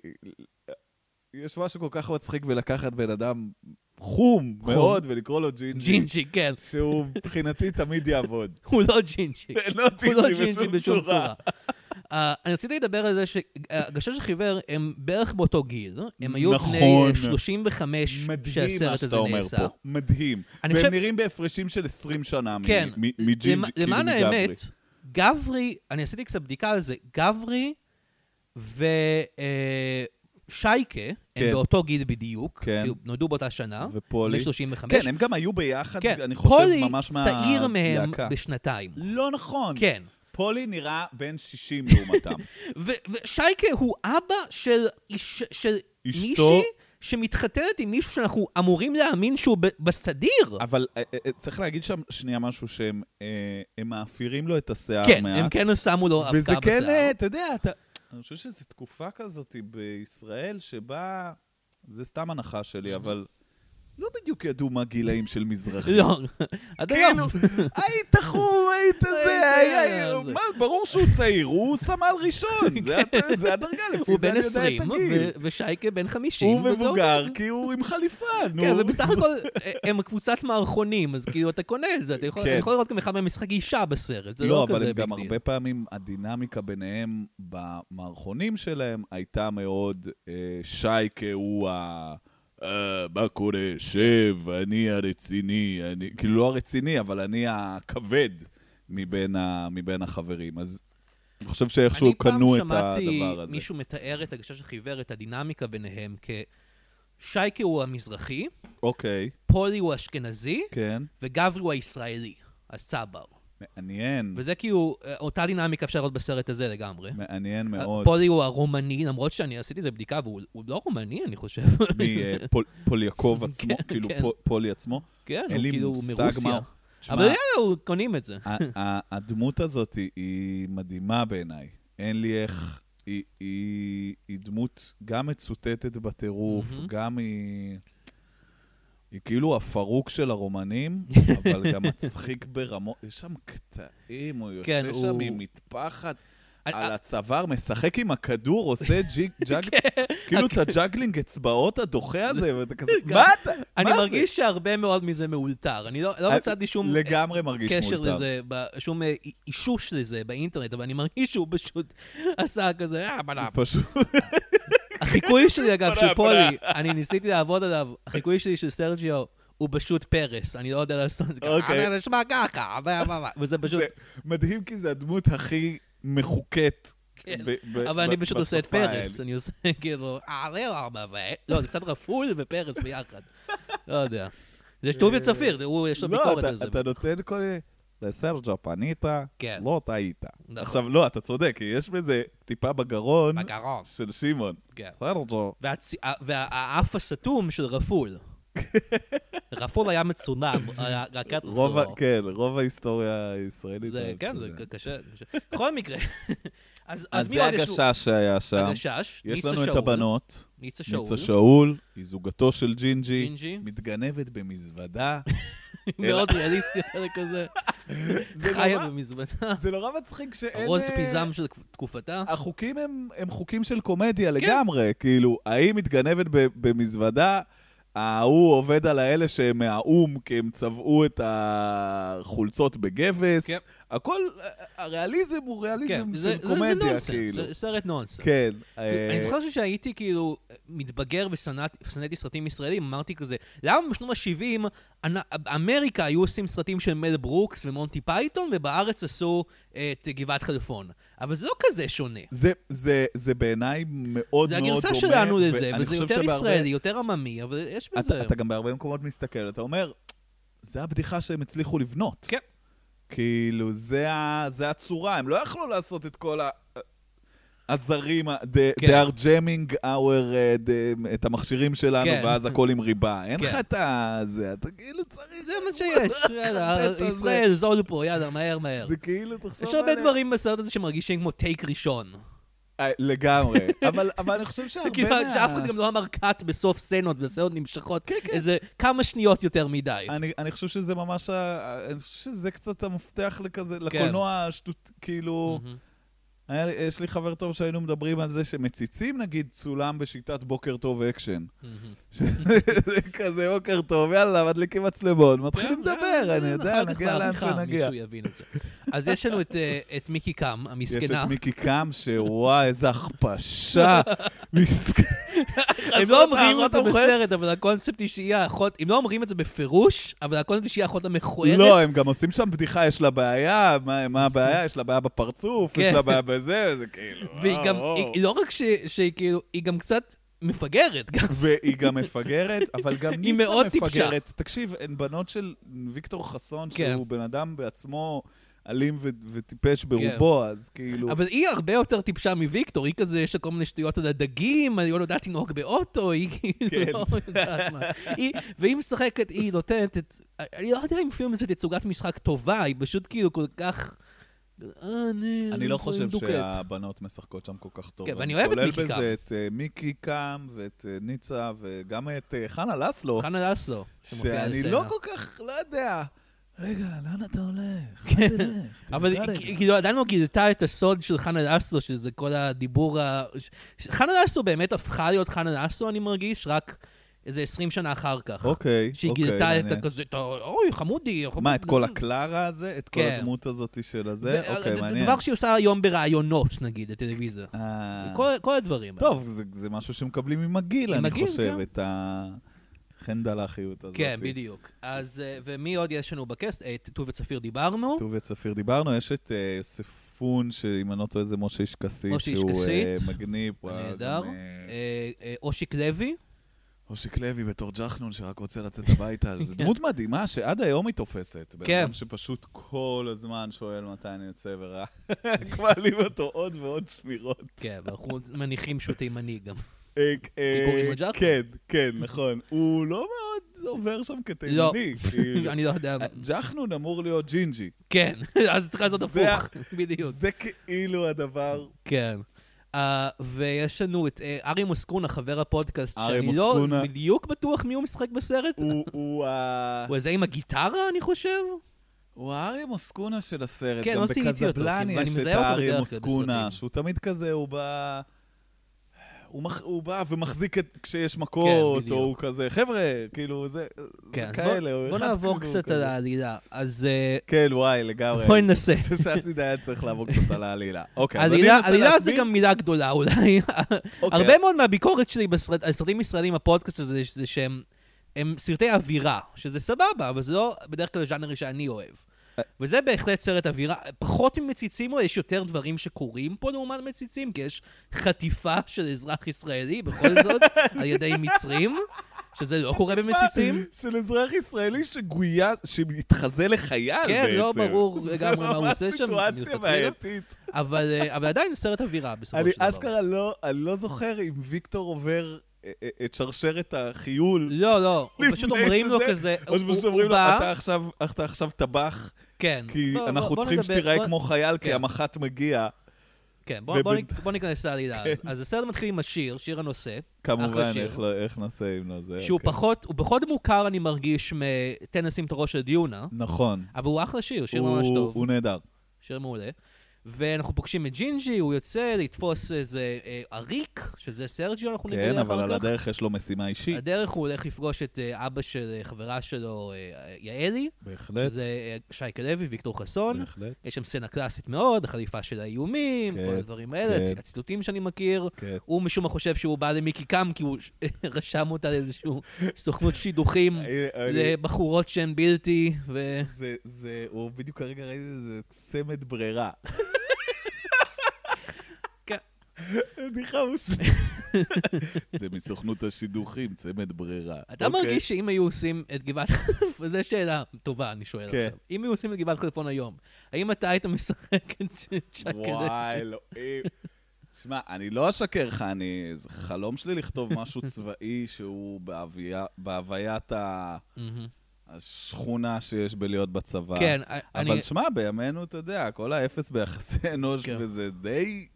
Speaker 2: יש משהו כל כך מצחיק בלקחת בן אדם חום מאוד ולקרוא לו ג'ינג'י,
Speaker 1: ג'ינג'י, כן.
Speaker 2: שהוא מבחינתי תמיד יעבוד.
Speaker 1: הוא לא ג'ינג'י.
Speaker 2: לא
Speaker 1: הוא לא
Speaker 2: ג'ינג'י
Speaker 1: ג'ינג'י בשום צורה. אה, אני רציתי לדבר על זה שהגשש החיוור הם בערך באותו גיל, הם היו בני
Speaker 2: נכון.
Speaker 1: אה, 35
Speaker 2: מדהים מה
Speaker 1: שהסרט
Speaker 2: שאתה
Speaker 1: הזה
Speaker 2: אומר
Speaker 1: נעשה.
Speaker 2: פה, מדהים.
Speaker 1: אני
Speaker 2: והם
Speaker 1: חושב-
Speaker 2: נראים בהפרשים של 20 שנה מ-
Speaker 1: כן.
Speaker 2: מ- מג'ינג'י,
Speaker 1: למ-
Speaker 2: כאילו
Speaker 1: למען
Speaker 2: מגברי.
Speaker 1: האמת, גברי, אני עשיתי קצת בדיקה על זה, גברי ושייקה, הם
Speaker 2: כן.
Speaker 1: באותו גיל בדיוק,
Speaker 2: כן.
Speaker 1: כאילו, נולדו באותה שנה,
Speaker 2: ופולי.
Speaker 1: ב-35.
Speaker 2: כן, הם גם היו ביחד,
Speaker 1: כן,
Speaker 2: אני חושב,
Speaker 1: פולי
Speaker 2: ממש מהלהקה.
Speaker 1: צעיר מהם בשנתיים.
Speaker 2: לא נכון.
Speaker 1: כן.
Speaker 2: פולי נראה בן 60 לעומתם.
Speaker 1: ו- ושייקה הוא אבא של, איש, של
Speaker 2: אשתו-
Speaker 1: מישהי שמתחתנת עם מישהו שאנחנו אמורים להאמין שהוא ב- בסדיר.
Speaker 2: אבל אה, אה, אה, צריך להגיד שם שנייה משהו שהם אה, הם מאפירים לו את השיער
Speaker 1: כן,
Speaker 2: מעט.
Speaker 1: הם כן שמו לו אבקה
Speaker 2: וזה
Speaker 1: בשיער.
Speaker 2: כן, אה, אתה יודע, אתה... אני חושב שזו תקופה כזאת בישראל שבה... זה סתם הנחה
Speaker 1: Mm-hmm.
Speaker 2: שלי, אבל לא בדיוק ידעו מה גילאים של מזרחים.
Speaker 1: לא, עד היום.
Speaker 2: כאילו, היית חום, היית זה,
Speaker 1: היית-
Speaker 2: היה-
Speaker 1: לא זה. כן.
Speaker 2: מה, ברור שהוא צעיר, הוא סמל ראשון, זה הת- זה הדרגה, לפי
Speaker 1: הוא
Speaker 2: זה
Speaker 1: בן
Speaker 2: אני יודע
Speaker 1: 20,
Speaker 2: את הגיל.
Speaker 1: ו- ושייקה בן 50.
Speaker 2: הוא
Speaker 1: וזה
Speaker 2: מבוגר
Speaker 1: עובד.
Speaker 2: כי הוא עם חליפה, נו.
Speaker 1: כן, ובסך הכל אה, הם קבוצת מערכונים, אז כאילו אתה קונה את זה, אתה יכול
Speaker 2: כן.
Speaker 1: אתה יכול לראות גם אחד מהם משחק אישה בסרט, זה
Speaker 2: לא,
Speaker 1: לא כזה
Speaker 2: אבל הם גם
Speaker 1: big deal.
Speaker 2: הרבה פעמים, הדינמיקה ביניהם במערכונים שלהם הייתה מאוד אה, שייקה הוא ה... אה, מה קורה? שב, אני הרציני, אני... כאילו לא הרציני, אבל אני הכבד מבין, ה... מבין החברים. אז אני חושב שאיכשהו קנו את
Speaker 1: אני פעם
Speaker 2: הדבר
Speaker 1: שמעתי
Speaker 2: הזה.
Speaker 1: מישהו מתאר את הגשש החיוור, את הדינמיקה ביניהם, כשייקה הוא המזרחי,
Speaker 2: אוקיי,
Speaker 1: פולי הוא אשכנזי,
Speaker 2: כן.
Speaker 1: וגברי הוא הישראלי, הסבר.
Speaker 2: מעניין,
Speaker 1: וזה כאילו, אה, אותה דינמיקה אפשר לראות בסרט הזה לגמרי.
Speaker 2: מעניין
Speaker 1: אה,
Speaker 2: מאוד.
Speaker 1: פולי הוא הרומני, למרות שאני עשיתי איזה בדיקה, והוא הוא לא רומני, אני חושב.
Speaker 2: מפוליאקוב אה, עצמו,
Speaker 1: כן,
Speaker 2: כאילו
Speaker 1: כן.
Speaker 2: פול- פולי עצמו.
Speaker 1: כן,
Speaker 2: אין
Speaker 1: הוא
Speaker 2: לי
Speaker 1: כאילו
Speaker 2: מושג
Speaker 1: מרוסיה.
Speaker 2: מה...
Speaker 1: אבל
Speaker 2: שמע, אה,
Speaker 1: יאללה, הוא- קונים את זה.
Speaker 2: ה- ה- הדמות הזאת היא- היא מדהימה בעיניי. אין לי איך... היא, היא, היא דמות גם מצוטטת בטירוף,
Speaker 1: מהמם.
Speaker 2: גם היא... היא כאילו הפרוק של הרומנים, אבל גם מצחיק ברמות. יש שם קטעים, הוא יוצא
Speaker 1: כן,
Speaker 2: שם
Speaker 1: הוא-
Speaker 2: עם מטפחת
Speaker 1: אני- אה-
Speaker 2: על הצוואר, משחק עם הכדור, עושה ג'יג, ג'אג...
Speaker 1: כן.
Speaker 2: כאילו את הג'אגלינג אצבעות הדוחה הזה, ואתה כזה,
Speaker 1: גם-
Speaker 2: מה אתה?
Speaker 1: אני
Speaker 2: מה זה?"
Speaker 1: מרגיש שהרבה מאוד מזה מאולתר. אני לא לא
Speaker 2: אני-
Speaker 1: מצאתי שום
Speaker 2: לגמרי מרגיש
Speaker 1: קשר
Speaker 2: מאולתר.
Speaker 1: לזה, ב- שום אה, אי- אישוש לזה באינטרנט, אבל אני מרגיש שהוא פשוט עשה כזה, אה, בלה.
Speaker 2: פשוט.
Speaker 1: החיקוי שלי, אגב, של
Speaker 2: בלה, בלה.
Speaker 1: פולי, אני ניסיתי לעבוד עליו, החיקוי שלי של סרג'יו הוא פשוט פרס, אני לא יודע לעשות את זה.
Speaker 2: אוקיי.
Speaker 1: אבל נשמע ככה, אבל- אבל- וזה פשוט...
Speaker 2: זה מדהים כי זה הדמות הכי מחוקת.
Speaker 1: כן,
Speaker 2: ב- ב-
Speaker 1: אבל אני
Speaker 2: ב-
Speaker 1: פשוט עושה את
Speaker 2: בשפה
Speaker 1: פרס,
Speaker 2: האלה.
Speaker 1: אני עושה כאילו, אה, זה לא הרבה, זה- לא, זה קצת רפול ופרס ביחד. לא יודע. זה שטוביה צפיר, הוא- יש לו
Speaker 2: אה, לא,
Speaker 1: ביקורת
Speaker 2: אתה-
Speaker 1: על זה.
Speaker 2: אתה נותן כל מיני... לסרג'ה פנית,
Speaker 1: כן.
Speaker 2: לא טעית.
Speaker 1: נכון.
Speaker 2: עכשיו, לא, אתה צודק, כי יש בזה טיפה בגרון
Speaker 1: בגרון.
Speaker 2: של שמעון.
Speaker 1: כן.
Speaker 2: סרג'ו.
Speaker 1: והצ- ה- והאף הסתום של רפול. רפול היה מצונן, היה להקת
Speaker 2: רוב ה-
Speaker 1: רפול.
Speaker 2: כן, רוב ההיסטוריה הישראלית.
Speaker 1: לא. זה,
Speaker 2: אבל
Speaker 1: כן, זה
Speaker 2: בסדר.
Speaker 1: ק- קשה. קשה. בכל מקרה, אז
Speaker 2: אז
Speaker 1: אז מי
Speaker 2: זה
Speaker 1: עוד יש לנו?
Speaker 2: הגשש שהיה שם.
Speaker 1: הגשש,
Speaker 2: יש
Speaker 1: ניצה
Speaker 2: לנו את
Speaker 1: שאול.
Speaker 2: הבנות.
Speaker 1: ניצה שאול.
Speaker 2: ניצה שאול, היא זוגתו של ג'ינג'י.
Speaker 1: ג'ינג'י.
Speaker 2: מתגנבת במזוודה.
Speaker 1: מאוד ריאליסטי, החלק הזה.
Speaker 2: זה
Speaker 1: חיה
Speaker 2: נורא-
Speaker 1: במזוודה.
Speaker 2: זה נורא מצחיק שאין...
Speaker 1: רוז
Speaker 2: אה,
Speaker 1: פיזם של תקופתה.
Speaker 2: החוקים הם, הם חוקים של קומדיה
Speaker 1: כן.
Speaker 2: לגמרי, כאילו, האם מתגנבת ב- במזוודה, ההוא עובד על האלה שהם מהאו"ם, כי הם צבעו את החולצות בגבס,
Speaker 1: כן.
Speaker 2: הכל, הריאליזם הוא ריאליזם
Speaker 1: כן, זה-
Speaker 2: של
Speaker 1: זה- זה
Speaker 2: קומדיה,
Speaker 1: נונסנס,
Speaker 2: כאילו.
Speaker 1: זה סרט נונסנס.
Speaker 2: כן. אה,
Speaker 1: אני זוכר שהייתי כאילו מתבגר ושנאתי שנאתי סרטים ישראלים, אמרתי כזה, למה בשנות ה-70 אמריקה היו עושים סרטים של מל ברוקס ומונטי פייתון, ובארץ עשו אה, את גבעת חלפון. אבל זה לא כזה שונה.
Speaker 2: זה, זה, זה בעיניי מאוד מאוד דומה.
Speaker 1: זה הגרסה שלנו לזה,
Speaker 2: ואני
Speaker 1: וזה
Speaker 2: חושב
Speaker 1: יותר
Speaker 2: שבהרבה-
Speaker 1: ישראלי, יותר עממי, אבל יש בזה...
Speaker 2: אתה, אתה גם בהרבה מקומות מסתכל, אתה אומר, זה הבדיחה שהם הצליחו לבנות.
Speaker 1: כן.
Speaker 2: כאילו, זה, ה, זה הצורה, הם לא יכלו לעשות את כל ה... הזרים, ה- they,
Speaker 1: כן.
Speaker 2: they are jamming our, uh, the, את המכשירים שלנו,
Speaker 1: כן.
Speaker 2: ואז הכל עם ריבה. אין
Speaker 1: כן.
Speaker 2: לך את ה... זה, אתה כאילו צריך...
Speaker 1: זה מה שיש, יאללה,
Speaker 2: הקטע הזה.
Speaker 1: ישראל, זול פה, יאללה, מהר, מהר.
Speaker 2: זה כאילו, תחשוב
Speaker 1: יש הרבה
Speaker 2: עליה.
Speaker 1: דברים בסרט הזה שמרגישים כמו טייק ראשון.
Speaker 2: אה, לגמרי. אבל, אבל אני חושב שהרבה...
Speaker 1: כאילו,
Speaker 2: מה-
Speaker 1: שאף אחד גם לא אמר קאט בסוף סצנות, וסצנות נמשכות
Speaker 2: כן, כן.
Speaker 1: איזה כמה שניות יותר מדי.
Speaker 2: אני, אני חושב שזה ממש, ה- אני חושב שזה קצת המפתח לכזה, לקולנוע השטות, כאילו,
Speaker 1: כן. מהמם.
Speaker 2: היה, לי- יש לי חבר טוב שהיינו מדברים על זה שמציצים נגיד צולם בשיטת בוקר טוב אקשן.
Speaker 1: מהמם.
Speaker 2: שזה כזה בוקר טוב, יאללה, מדליקים מצלמון, מתחילים
Speaker 1: כן,
Speaker 2: לדבר, אני יודע,
Speaker 1: אחר כך
Speaker 2: נגיע לאן
Speaker 1: בעריכה
Speaker 2: שנגיע.
Speaker 1: מישהו יבין את זה. אז יש לנו את, אה, את מיקי קם,
Speaker 2: יש
Speaker 1: המסכנה.
Speaker 2: את מיקי קם, שוואי, איזה הכפשה. מסכן.
Speaker 1: הם לא אומרים את זה בסרט, אבל הקונספט היא שהיא האחות, הם לא אומרים את זה בפירוש, אבל הקונספט היא שהיא האחות המכוערת.
Speaker 2: לא, הם גם עושים שם בדיחה, יש לה בעיה, מה- מה הבעיה? יש לה בעיה בפרצוף, יש
Speaker 1: כן.
Speaker 2: לה בעיה בזה, זה כאילו...
Speaker 1: והיא
Speaker 2: וואו,
Speaker 1: גם,
Speaker 2: וואו.
Speaker 1: היא- היא לא רק ש- שהיא כאילו, היא גם קצת מפגרת גם.
Speaker 2: והיא גם מפגרת, אבל גם
Speaker 1: היא
Speaker 2: ניצה
Speaker 1: מאוד טיפשה.
Speaker 2: מפגרת. תקשיב, הן בנות של ויקטור חסון,
Speaker 1: כן.
Speaker 2: שהוא בן אדם בעצמו אלים ו- וטיפש ברובו, אז כאילו...
Speaker 1: אבל היא הרבה יותר טיפשה מוויקטור, היא כזה, יש לה כל מיני שטויות על הדגים, אני לא יודעת לנהוג באוטו, היא כאילו
Speaker 2: כן.
Speaker 1: לא יודעת מה. היא- והיא משחקת, היא נותנת את... אני לא יודע אם אפילו זאת תצוגת משחק טובה, היא פשוט כאילו כל כך... אה,
Speaker 2: אני לא חושב
Speaker 1: דוקאת.
Speaker 2: שהבנות משחקות שם כל כך טוב.
Speaker 1: כן, ואני
Speaker 2: אני
Speaker 1: אוהב את מיקי
Speaker 2: כולל
Speaker 1: קם.
Speaker 2: בזה את אה, מיקי קם ואת אה, ניצה וגם את אה, חנה לסלו,
Speaker 1: חנה לסלו. שמופיעה
Speaker 2: שאני
Speaker 1: בסצנה.
Speaker 2: לא כל כך, לא יודע. רגע, לאן אתה הולך? לאן תלך?
Speaker 1: כן, אבל
Speaker 2: תדע רגע."
Speaker 1: היא- כאילו עדיין לא גילתה את הסוד של חנה לסלו, שזה כל הדיבור ה... ש- ש- חנה לסלו באמת הפכה להיות חנה לסלו, אני מרגיש, רק איזה 20 שנה אחר כך.
Speaker 2: אוקיי,
Speaker 1: שהיא
Speaker 2: אוקיי,
Speaker 1: גילתה את
Speaker 2: מעניין.
Speaker 1: הכזה, את ה- אוי, חמודי.
Speaker 2: מה, את כל הקלרה הזה? את כל
Speaker 1: כן.
Speaker 2: הדמות הזאת של הזה?
Speaker 1: זה?
Speaker 2: אוקיי, מעניין.
Speaker 1: דבר שהיא עושה היום בראיונות, נגיד, לטלוויזיה.
Speaker 2: אה,
Speaker 1: כל- כל הדברים. האלה.
Speaker 2: טוב, זה- זה משהו שמקבלים עם הגיל,
Speaker 1: עם
Speaker 2: אני
Speaker 1: הגיל,
Speaker 2: חושב,
Speaker 1: כן.
Speaker 2: את החנדלחיות הזאת.
Speaker 1: כן, בדיוק. אז, אה, ומי עוד יש לנו בקסט? אה, את טוב וצפיר דיברנו.
Speaker 2: טוביה צפיר דיברנו, יש את אה, יוספון, שאם אני לא טועה זה משה איש כסית,
Speaker 1: משה איש
Speaker 2: שהוא אה,
Speaker 1: כסית.
Speaker 2: מגניב. הוא היה
Speaker 1: נהדר.
Speaker 2: גם, אה,
Speaker 1: אה, אה, אושיק לוי.
Speaker 2: אושיק לוי בתור ג'חנון שרק רוצה לצאת הביתה, זו
Speaker 1: כן.
Speaker 2: דמות מדהימה שעד היום היא תופסת. בן
Speaker 1: כן.
Speaker 2: אדם שפשוט כל הזמן שואל מתי אני יוצא ורק מעלים אותו עוד ועוד שמירות.
Speaker 1: כן, ואנחנו מניחים שהוא תימני גם.
Speaker 2: אה, אה,
Speaker 1: קוראים לו ג'חנון?
Speaker 2: כן, כן, נכון. הוא לא מאוד עובר שם
Speaker 1: לא,
Speaker 2: כתימני. כאילו.
Speaker 1: אני לא יודע.
Speaker 2: ג'חנון אמור להיות ג'ינג'י.
Speaker 1: כן, אז צריך לעשות
Speaker 2: זה
Speaker 1: הפוך, בדיוק.
Speaker 2: זה כאילו הדבר
Speaker 1: כן. Uh, ויש לנו את uh, ארי מוסקונה, חבר הפודקאסט,
Speaker 2: ארי
Speaker 1: שאני לא
Speaker 2: מוסקונה.
Speaker 1: בדיוק בטוח מי הוא משחק בסרט.
Speaker 2: הוא- הוא ה...
Speaker 1: הוא איזה עם הגיטרה, אני חושב?
Speaker 2: הוא הארי מוסקונה של הסרט,
Speaker 1: כן,
Speaker 2: גם
Speaker 1: לא זיהיתי אותו,
Speaker 2: בקזבלן
Speaker 1: כאילו, ואני
Speaker 2: יש את
Speaker 1: מזהה אותו בדרך
Speaker 2: הארי
Speaker 1: כלל
Speaker 2: מוסקונה,
Speaker 1: בסרטים.
Speaker 2: שהוא תמיד כזה, הוא בא... הוא, מח... הוא בא ומחזיק את... כשיש מכות, או
Speaker 1: כן, בדיוק.
Speaker 2: הוא כזה, חבר'ה, כאילו, זה...
Speaker 1: כן,
Speaker 2: זה
Speaker 1: אז
Speaker 2: כאלה, הוא
Speaker 1: בוא, בוא
Speaker 2: אחד
Speaker 1: נעבור
Speaker 2: כאילו
Speaker 1: קצת
Speaker 2: כזה.
Speaker 1: על העלילה. אז uh,
Speaker 2: כן, וואי, לגמרי.
Speaker 1: בואי ננסה.
Speaker 2: אני חושב שאסיד היה צריך לעבור קצת על העלילה. אוקיי, אז אני
Speaker 1: עלילה,
Speaker 2: מנסה
Speaker 1: עלילה זה
Speaker 2: להסביר.
Speaker 1: גם מילה גדולה אולי.
Speaker 2: אוקיי,
Speaker 1: הרבה מאוד מהביקורת שלי בסרט- על סרטים ישראלים, הפודקאסט הזה, זה שהם הם סרטי אווירה, שזה סבבה, אבל זה לא בדרך כלל ז'אנר שאני אוהב.
Speaker 2: אה.
Speaker 1: וזה בהחלט סרט אווירה. פחות ממציצים, אבל יש יותר דברים שקורים פה לעומת מציצים, כי יש חטיפה של אזרח ישראלי, בכל זאת, על ידי מצרים, שזה לא קורה במציצים.
Speaker 2: של אזרח ישראלי שגויס, שמתחזה לחייל בעצם.
Speaker 1: כן, לא ברור לגמרי מה הוא עושה שם
Speaker 2: זה ממש סיטואציה
Speaker 1: מלכתחילה.
Speaker 2: בעייתית.
Speaker 1: אבל, אה, אבל עדיין סרט אווירה בסופו
Speaker 2: אני
Speaker 1: של דבר.
Speaker 2: אשכרה לא, אני לא זוכר אם ויקטור עובר אה, אה, את שרשרת החיול,
Speaker 1: לא, לא, הוא
Speaker 2: לפני
Speaker 1: פשוט אומרים לו
Speaker 2: שזה,
Speaker 1: כזה,
Speaker 2: או
Speaker 1: הוא-
Speaker 2: שפשוט
Speaker 1: הוא
Speaker 2: אומרים לו,
Speaker 1: בא-
Speaker 2: אתה עכשיו, אתה עכשיו טבח,
Speaker 1: כן.
Speaker 2: כי
Speaker 1: בוא- בוא-
Speaker 2: אנחנו
Speaker 1: בוא
Speaker 2: צריכים
Speaker 1: נדבר-
Speaker 2: שתיראה
Speaker 1: בוא-
Speaker 2: כמו חייל, כי
Speaker 1: כן.
Speaker 2: המח"ט מגיע,
Speaker 1: כן, בוא, בוא,
Speaker 2: ובינ-
Speaker 1: נק- בוא ניכנס
Speaker 2: כן.
Speaker 1: לעלילה. אז, אז הסרט מתחיל עם השיר, שיר הנושא,
Speaker 2: כמובן,
Speaker 1: אחלה שיר.
Speaker 2: איך לא- איך נעשה אם לא זה.
Speaker 1: שהוא
Speaker 2: אוקיי.
Speaker 1: פחות, הוא פחות מוכר, אני מרגיש, מתן לשים את הראש של דיונה,
Speaker 2: נכון.
Speaker 1: אבל הוא אחלה שיר, שיר
Speaker 2: הוא-
Speaker 1: ממש טוב,
Speaker 2: הוא נהדר.
Speaker 1: שיר מעולה. ואנחנו פוגשים את ג'ינג'י, הוא יוצא לתפוס איזה אה, עריק, שזה סרג'יו, אנחנו
Speaker 2: כן,
Speaker 1: נגלה
Speaker 2: אבל על
Speaker 1: אחר כך.
Speaker 2: הדרך יש לו משימה אישית.
Speaker 1: הדרך הוא הולך לפגוש את אה, אבא של אה, חברה שלו, אה, יעלי,
Speaker 2: בהחלט,
Speaker 1: שזה אה, שייקה לוי, ויקטור חסון.
Speaker 2: בהחלט.
Speaker 1: יש שם סצנה קלאסית מאוד, החליפה של האיומים,
Speaker 2: כן,
Speaker 1: כל הדברים האלה,
Speaker 2: כן.
Speaker 1: הציטוטים שאני מכיר.
Speaker 2: כן.
Speaker 1: הוא משום מה חושב שהוא בא למיקי קם, כי הוא ש- רשם אותה לאיזשהו סוכנות שידוכים
Speaker 2: אה, אני-
Speaker 1: לבחורות שהן בלתי, ו...
Speaker 2: זה, זה, הוא בדיוק כרגע ראיתי את זה, זה צמד ברירה.
Speaker 1: כן.
Speaker 2: בדיחה מוש... זה מסוכנות השידוכים, צמד ברירה.
Speaker 1: אתה
Speaker 2: אוקיי.
Speaker 1: מרגיש שאם היו עושים את גבעת חלפון, זו שאלה טובה, אני שואל
Speaker 2: כן.
Speaker 1: עכשיו. אם היו עושים את גבעת חלפון היום, האם אתה היית משחק את צ'אק
Speaker 2: וואי, אלוהים. שמע, אני לא אשקר לך, אני... זה חלום שלי לכתוב משהו צבאי שהוא בהוויה- בהוויית ה-
Speaker 1: מהמם.
Speaker 2: השכונה שיש בלהיות בצבא.
Speaker 1: כן, אני...
Speaker 2: אבל שמע, בימינו, אתה יודע, כל האפס ביחסי אנוש,
Speaker 1: כן.
Speaker 2: וזה די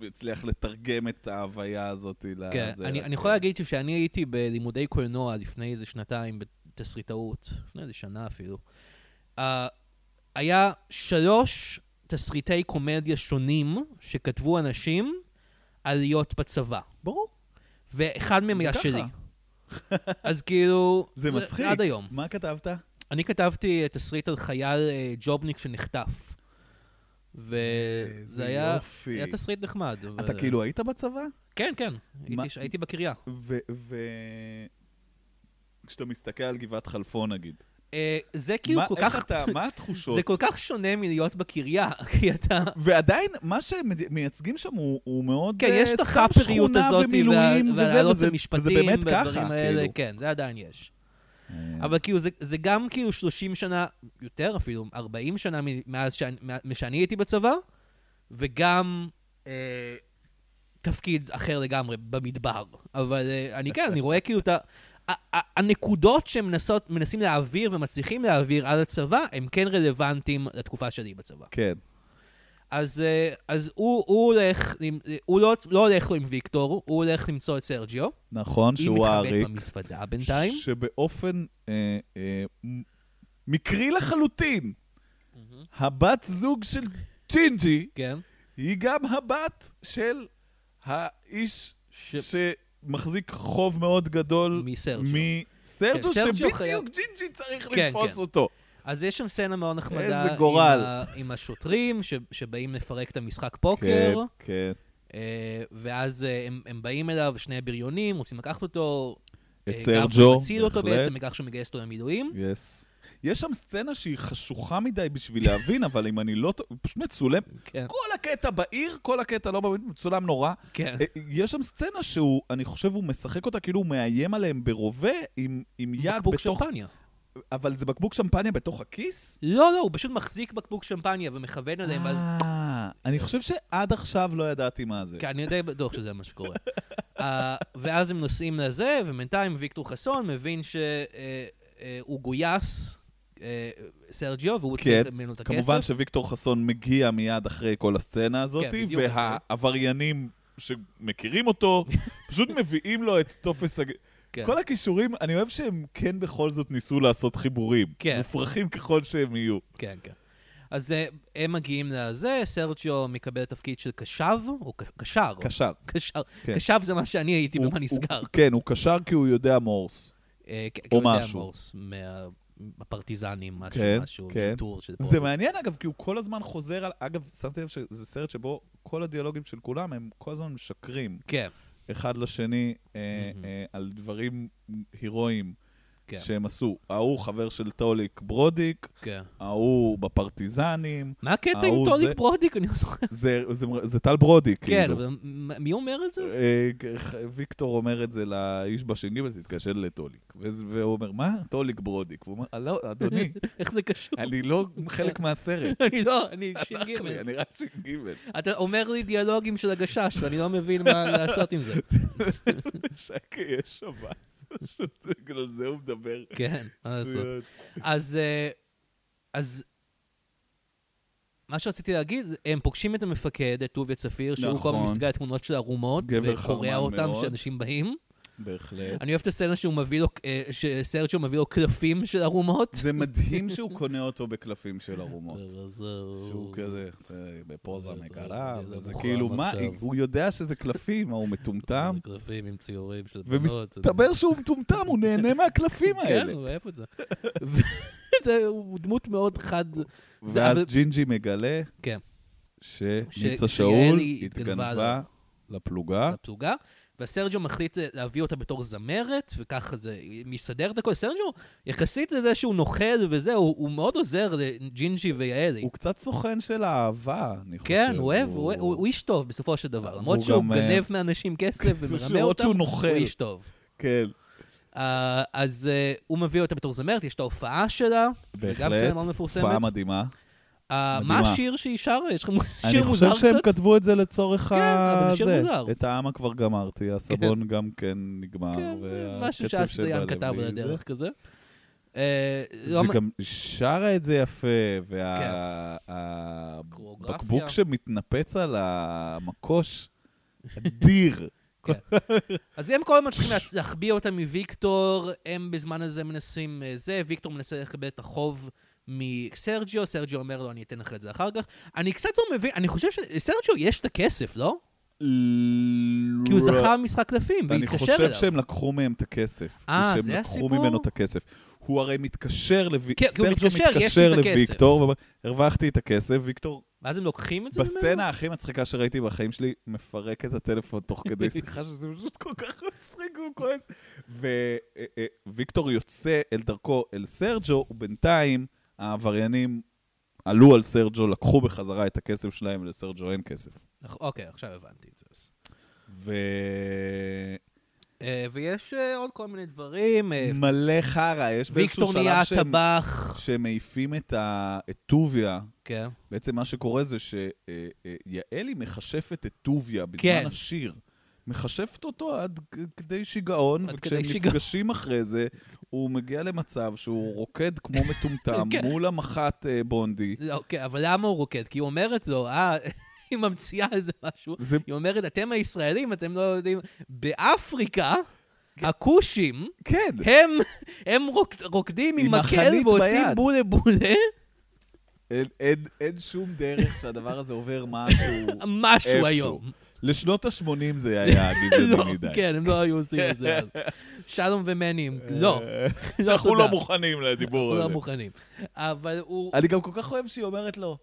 Speaker 2: הצליח לתרגם את ההוויה הזאת
Speaker 1: כן,
Speaker 2: לזה.
Speaker 1: אני,
Speaker 2: רק- אה,
Speaker 1: אני יכול להגיד שכשאני הייתי בלימודי קולנוע לפני איזה שנתיים בתסריטאות, לפני איזה שנה אפילו, uh, היה שלוש תסריטי קומדיה שונים שכתבו אנשים על להיות בצבא,
Speaker 2: ברור.
Speaker 1: ואחד מהם
Speaker 2: זה
Speaker 1: היה
Speaker 2: ככה.
Speaker 1: שלי. אז כאילו,
Speaker 2: זה מצחיק.
Speaker 1: עד היום.
Speaker 2: מה כתבת?
Speaker 1: אני כתבתי תסריט על חייל אה, ג'ובניק שנחטף. וזה
Speaker 2: איזה
Speaker 1: היה,
Speaker 2: יופי.
Speaker 1: היה תסריט נחמד.
Speaker 2: אתה
Speaker 1: אבל-
Speaker 2: כאילו היית בצבא?
Speaker 1: כן, כן,
Speaker 2: מה-
Speaker 1: הייתי, הייתי בקריה.
Speaker 2: ו... ו- כשאתה מסתכל על גבעת חלפון, נגיד.
Speaker 1: אה, זה כאילו
Speaker 2: מה-
Speaker 1: כל
Speaker 2: איך
Speaker 1: כך...
Speaker 2: אתה, מה התחושות?
Speaker 1: זה כל כך שונה מלהיות בקריה, כי אתה...
Speaker 2: ועדיין, מה שמייצגים שם הוא, הוא מאוד
Speaker 1: כן,
Speaker 2: אה,
Speaker 1: יש את
Speaker 2: סתם
Speaker 1: החאפריות
Speaker 2: שכונה
Speaker 1: הזאת,
Speaker 2: ומילואים
Speaker 1: וה-
Speaker 2: וזה,
Speaker 1: ולעלות
Speaker 2: וזה- וזה
Speaker 1: למשפטים,
Speaker 2: באמת
Speaker 1: והדברים
Speaker 2: ככה,
Speaker 1: האלה,
Speaker 2: כאילו.
Speaker 1: כן, זה עדיין יש.
Speaker 2: אה,
Speaker 1: אבל כאילו, זה- זה גם כאילו 30 שנה, יותר אפילו, 40 שנה מ- מאז שאני- מה- משאני הייתי בצבא, וגם אה, תפקיד אחר לגמרי, במדבר. אבל אה, אני כן, אני רואה כאילו את ה... ה- ה- הנקודות שהם מנסות- מנסים להעביר ומצליחים להעביר על הצבא, הם כן רלוונטיים לתקופה שלי בצבא.
Speaker 2: כן.
Speaker 1: אז, אה, אז הוא, הוא הולך, הוא לא, לא הולך לו עם ויקטור, הוא הולך למצוא את סרג'יו.
Speaker 2: נכון
Speaker 1: היא
Speaker 2: שהוא
Speaker 1: מתחבאת
Speaker 2: העריק,
Speaker 1: במזוודה בינתיים.
Speaker 2: שבאופן אה, אה, מ- מקרי לחלוטין, הבת זוג של צ'ינג'י
Speaker 1: כן.
Speaker 2: היא גם הבת של האיש
Speaker 1: ש...
Speaker 2: שמחזיק חוב מאוד גדול
Speaker 1: מסרג'יו.
Speaker 2: מסרג'ו,
Speaker 1: כן, סרג'יו
Speaker 2: שבדיוק
Speaker 1: חייב-
Speaker 2: ג'ינג'י צריך
Speaker 1: כן,
Speaker 2: לתפוס
Speaker 1: כן.
Speaker 2: אותו.
Speaker 1: אז יש שם סצנה מאוד נחמדה.
Speaker 2: איזה
Speaker 1: עם
Speaker 2: גורל.
Speaker 1: ה- עם השוטרים ש... שבאים לפרק את המשחק פוקר,
Speaker 2: כן.
Speaker 1: אה, ואז אה, הם, הם באים אליו, שני הבריונים, רוצים לקחת אותו.
Speaker 2: את
Speaker 1: אה,
Speaker 2: סרג'ו,
Speaker 1: גבריץ' מציל אותו
Speaker 2: בהחלט.
Speaker 1: בעצם מכך שהוא מגייס אותו למילואים.
Speaker 2: יס. יש שם סצנה שהיא חשוכה מדי בשביל להבין, אבל אם אני לא... טועה, היא פשוט מצולם.
Speaker 1: כן,
Speaker 2: כל הקטע בעיר, כל הקטע לא בעיר, מצולם נורא.
Speaker 1: כן.
Speaker 2: אה, יש שם סצנה שהוא, אני חושב, הוא משחק אותה כאילו הוא מאיים עליהם ברובה עם, עם יד
Speaker 1: בקבוק
Speaker 2: בתוך...
Speaker 1: שמפניה.
Speaker 2: אבל זה בקבוק שמפניה בתוך הכיס?
Speaker 1: לא, לא, הוא פשוט מחזיק בקבוק שמפניה ומכוון אליהם, ואז
Speaker 2: אה, אני חושב שעד עכשיו לא ידעתי מה זה.
Speaker 1: כן, אני די בטוח שזה מה שקורה. אה, ואז הם נוסעים לזה, ובינתיים ויקטור חסון מבין שהוא גויס, אה, סרג'יו, והוא
Speaker 2: כן,
Speaker 1: צריך ממנו את הכסף.
Speaker 2: כמובן שוויקטור חסון מגיע מיד אחרי כל הסצנה הזאת,
Speaker 1: כן, בדיוק.
Speaker 2: והעבריינים שמכירים אותו, פשוט מביאים לו את טופס... הג-
Speaker 1: כן.
Speaker 2: כל הכישורים, אני אוהב שהם כן בכל זאת ניסו לעשות חיבורים.
Speaker 1: כן.
Speaker 2: מופרכים ככל שהם יהיו.
Speaker 1: כן, כן. אז אה, הם מגיעים לזה, סרג'יו מקבל תפקיד של קשב, או ק- קשר.
Speaker 2: קשר.
Speaker 1: קשר.
Speaker 2: כן.
Speaker 1: קשב זה מה שאני הייתי
Speaker 2: הוא-
Speaker 1: במה נכון. נסגר.
Speaker 2: הוא- כן, הוא קשר כי הוא יודע מורס.
Speaker 1: אה, כן,
Speaker 2: או
Speaker 1: כי הוא יודע
Speaker 2: משהו.
Speaker 1: מורס מה- מהפרטיזנים, משהו,
Speaker 2: כן,
Speaker 1: משהו,
Speaker 2: כן.
Speaker 1: טור של...
Speaker 2: זה מעניין, אגב, כי הוא כל הזמן חוזר על... אגב, שמתי לב שזה סרט שבו כל הדיאלוגים של כולם הם כל הזמן משקרים
Speaker 1: כן,
Speaker 2: אחד לשני אה,
Speaker 1: מהמם.
Speaker 2: אה, על דברים הירואיים
Speaker 1: כן,
Speaker 2: שהם עשו. ההוא חבר של טוליק ברודיק,
Speaker 1: כן.
Speaker 2: ההוא בפרטיזנים.
Speaker 1: מה הקטע עם
Speaker 2: ההוא זה-
Speaker 1: טוליק ברודיק? אני לא זוכר.
Speaker 2: זה, זה, זה טל ברודיק,
Speaker 1: כן,
Speaker 2: כאילו.
Speaker 1: אבל מ- מי אומר את זה?
Speaker 2: אה, ויקטור אומר את זה לאיש בש"ג, תתקשר לטוליק. ואז- והוא אומר, מה? טוליק ברודיק. והוא אומר, "אה, לא, אדוני,
Speaker 1: איך זה קשור?
Speaker 2: אני לא חלק מהסרט.
Speaker 1: אני לא, אני
Speaker 2: הלך
Speaker 1: ש"ג.
Speaker 2: לי, אני רק ש"ג.
Speaker 1: אתה אומר לי דיאלוגים של הגשש, ואני לא מבין מה לעשות עם זה.
Speaker 2: שקי יש שב"ס, פשוט בגלל זה הוא מדבר.
Speaker 1: כן, מה לעשות.
Speaker 2: שטויות.
Speaker 1: אז... אה, אז... מה שרציתי להגיד, זה, הם פוגשים את המפקד, את טוביה צפיר, שהוא כל הזמן
Speaker 2: נכון.
Speaker 1: מסתכל על תמונות של ערומות,
Speaker 2: גבר
Speaker 1: וקורע
Speaker 2: חרמן
Speaker 1: אותם
Speaker 2: מאוד.
Speaker 1: כשאנשים באים.
Speaker 2: בהחלט.
Speaker 1: אני אוהב את הסצנה שהוא מביא לו, אה, שסרג'ו מביא לו קלפים של ערומות.
Speaker 2: זה מדהים שהוא קונה אותו בקלפים של ערומות.
Speaker 1: אז, אה,
Speaker 2: שהוא כזה, אתה יודע, בפוזה מקרה,
Speaker 1: זה
Speaker 2: וזה
Speaker 1: מוחרם
Speaker 2: כאילו, מה,
Speaker 1: נכון, עכשיו.
Speaker 2: הוא יודע שזה קלפים, מה, הוא מטומטם?
Speaker 1: קלפים עם ציורים של תמונות. אתה יודע.
Speaker 2: ומסתבר שהוא מטומטם, הוא נהנה מהקלפים
Speaker 1: כן,
Speaker 2: האלה.
Speaker 1: הוא אוהב את זה. זה הוא דמות מאוד חד... זה-
Speaker 2: ואז
Speaker 1: אבל-
Speaker 2: ג'ינג'י מגלה
Speaker 1: כן.
Speaker 2: שניצה
Speaker 1: ש-
Speaker 2: שאול
Speaker 1: שיעל היא התגנבה
Speaker 2: התגנבה לפלוגה,
Speaker 1: לפלוגה, וסרג'ו מחליט להביא אותה בתור זמרת, וככה זה מסדר את הכל. סרג'ו, יחסית לזה שהוא נוכל וזה, הוא, הוא מאוד עוזר לג'ינג'י ויעלי.
Speaker 2: הוא קצת סוכן של אהבה, אני חושב.
Speaker 1: כן, הוא אוהב, הוא... הוא, הוא איש טוב בסופו של דבר.
Speaker 2: והוא
Speaker 1: למרות שהוא
Speaker 2: גם, אה,
Speaker 1: גנב מאנשים כסף ומרמה
Speaker 2: למרות
Speaker 1: אותם,
Speaker 2: שהוא נוכל.
Speaker 1: הוא איש טוב.
Speaker 2: כן,
Speaker 1: אה, אז אה, הוא מביא אותה בתור זמרת, יש את ההופעה שלה, וגם
Speaker 2: בהחלט.
Speaker 1: סצנה מאוד מפורסמת.
Speaker 2: הופעה מדהימה.
Speaker 1: אה, מה
Speaker 2: מדהימה.
Speaker 1: השיר שהיא שרה? יש לכם
Speaker 2: אני
Speaker 1: שיר מוזר
Speaker 2: חושב
Speaker 1: קצת?
Speaker 2: שהם כתבו את זה לצורך
Speaker 1: כן,
Speaker 2: ה...
Speaker 1: אבל שיר
Speaker 2: זה.
Speaker 1: מוזר.
Speaker 2: את העם כבר גמרתי, הסבון גם כן נגמר.
Speaker 1: כן,
Speaker 2: והקצב
Speaker 1: משהו שאס
Speaker 2: שבא
Speaker 1: דיין
Speaker 2: לי
Speaker 1: כתב על
Speaker 2: זה.
Speaker 1: הדרך כזה. אה,
Speaker 2: זה
Speaker 1: לא מ-
Speaker 2: גם שרה את זה יפה,
Speaker 1: כן.
Speaker 2: והבקבוק
Speaker 1: קוריאוגרפיה.
Speaker 2: שמתנפץ על המקוש, אדיר.
Speaker 1: אז הם כל הזמן צריכים להצ- להחביא אותה מוויקטור, הם בזמן הזה מנסים אה, זה, ויקטור מנסה לקבל את החוב מסרג'יו, סרג'יו אומר לו, אני אתן לך את זה אחר כך. אני קצת לא מבין, אני חושב שסרג'יו יש את הכסף, לא? כי הוא זכה במשחק קלפים,
Speaker 2: לא. אני
Speaker 1: והתקשר אליו.
Speaker 2: חושב שהם לקחו מהם את הכסף.
Speaker 1: אה, זה
Speaker 2: שהם לקחו
Speaker 1: הסיפור?
Speaker 2: ממנו את הכסף. הוא הרי מתקשר, לוי-
Speaker 1: כן, כי הוא
Speaker 2: סרג'ו
Speaker 1: מתקשר, "יש לי את הכסף".
Speaker 2: מתקשר לוויקטור, ואומר, הרווחתי את הכסף, ויקטור
Speaker 1: ואז הם לוקחים את זה ממנו?
Speaker 2: בסצנה הכי מצחיקה שראיתי בחיים שלי, מפרק את הטלפון תוך כדי שיחה, שזה פשוט כל כך מצחיק, הוא כועס. וויקטור יוצא אל דרכו אל סרג'ו, ובינתיים העבריינים עלו על סרג'ו, לקחו בחזרה את הכסף שלהם, ולסרג'ו אין כסף.
Speaker 1: נכ- אוקיי, עכשיו הבנתי את זה. אז.
Speaker 2: ומלא
Speaker 1: אה, ויש אה, עוד כל מיני דברים. אה,
Speaker 2: חרא, יש באיזשהו
Speaker 1: ויקטור
Speaker 2: שלב
Speaker 1: נהיה
Speaker 2: שהם-
Speaker 1: טבח.
Speaker 2: שהם מעיפים את ה- את טוביה.
Speaker 1: כן.
Speaker 2: בעצם מה שקורה זה אה, שיעלי מחשפת את טוביה בזמן
Speaker 1: כן.
Speaker 2: השיר. מחשפת אותו עד כ- כדי שיגעון,
Speaker 1: עד
Speaker 2: וכשהם
Speaker 1: כדי שיגעון.
Speaker 2: נפגשים אחרי זה, הוא מגיע למצב שהוא רוקד כמו מטומטם
Speaker 1: כן.
Speaker 2: מול המח"ט אה, בונדי.
Speaker 1: לא, אוקיי, אבל למה הוא רוקד? כי היא אומרת לו, אה, היא ממציאה איזה משהו.
Speaker 2: זה
Speaker 1: היא אומרת, אתם הישראלים, אתם לא יודעים, באפריקה, הכושים,
Speaker 2: כן,
Speaker 1: הם, הם רוק, רוקדים עם
Speaker 2: עם
Speaker 1: מקל
Speaker 2: החנית
Speaker 1: ועושים
Speaker 2: ביד.
Speaker 1: בולה בולה,
Speaker 2: אין- אין- אין שום דרך שהדבר הזה עובר משהו.
Speaker 1: משהו
Speaker 2: איפשהו.
Speaker 1: היום.
Speaker 2: לשנות ה-80 זה היה
Speaker 1: לא,
Speaker 2: גזעני מדי.
Speaker 1: כן, הם לא היו עושים את זה אז. שלום ומני, הם- לא.
Speaker 2: אה,
Speaker 1: לא,
Speaker 2: אנחנו
Speaker 1: תודה.
Speaker 2: לא מוכנים לדיבור
Speaker 1: אנחנו לא
Speaker 2: הזה.
Speaker 1: מוכנים. אבל הוא...
Speaker 2: אני גם כל כך אוהב שהיא אומרת לו,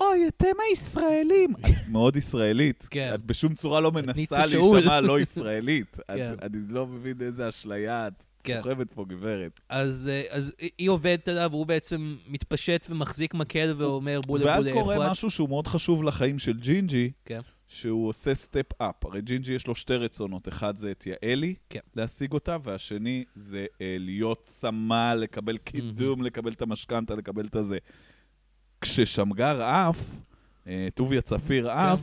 Speaker 2: אוי, אתם הישראלים. את מאוד ישראלית.
Speaker 1: כן.
Speaker 2: את בשום צורה לא
Speaker 1: ניצה
Speaker 2: מנסה
Speaker 1: שאול.
Speaker 2: להישמע לא ישראלית. את-
Speaker 1: כן.
Speaker 2: אני לא מבין איזה אשליה את
Speaker 1: כן.
Speaker 2: סוחבת פה, גברת.
Speaker 1: אז, אה, אז היא עובדת עליו, והוא בעצם מתפשט ומחזיק מקל ואומר בולה בולה
Speaker 2: ואז
Speaker 1: אפרת.
Speaker 2: קורה משהו שהוא מאוד חשוב לחיים של ג'ינג'י,
Speaker 1: כן.
Speaker 2: שהוא עושה סטפ אפ. הרי ג'ינג'י יש לו שתי רצונות. אחד זה את יעלי,
Speaker 1: כן.
Speaker 2: להשיג אותה, והשני זה אה, להיות סמל, לקבל קידום, לקבל את המשכנתה, לקבל את הזה. כששמגר עף, אה, טוביה צפיר
Speaker 1: כן.
Speaker 2: עף,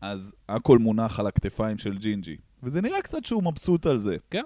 Speaker 2: אז הכל מונח על הכתפיים של ג'ינג'י. וזה נראה קצת שהוא מבסוט על זה.
Speaker 1: כן.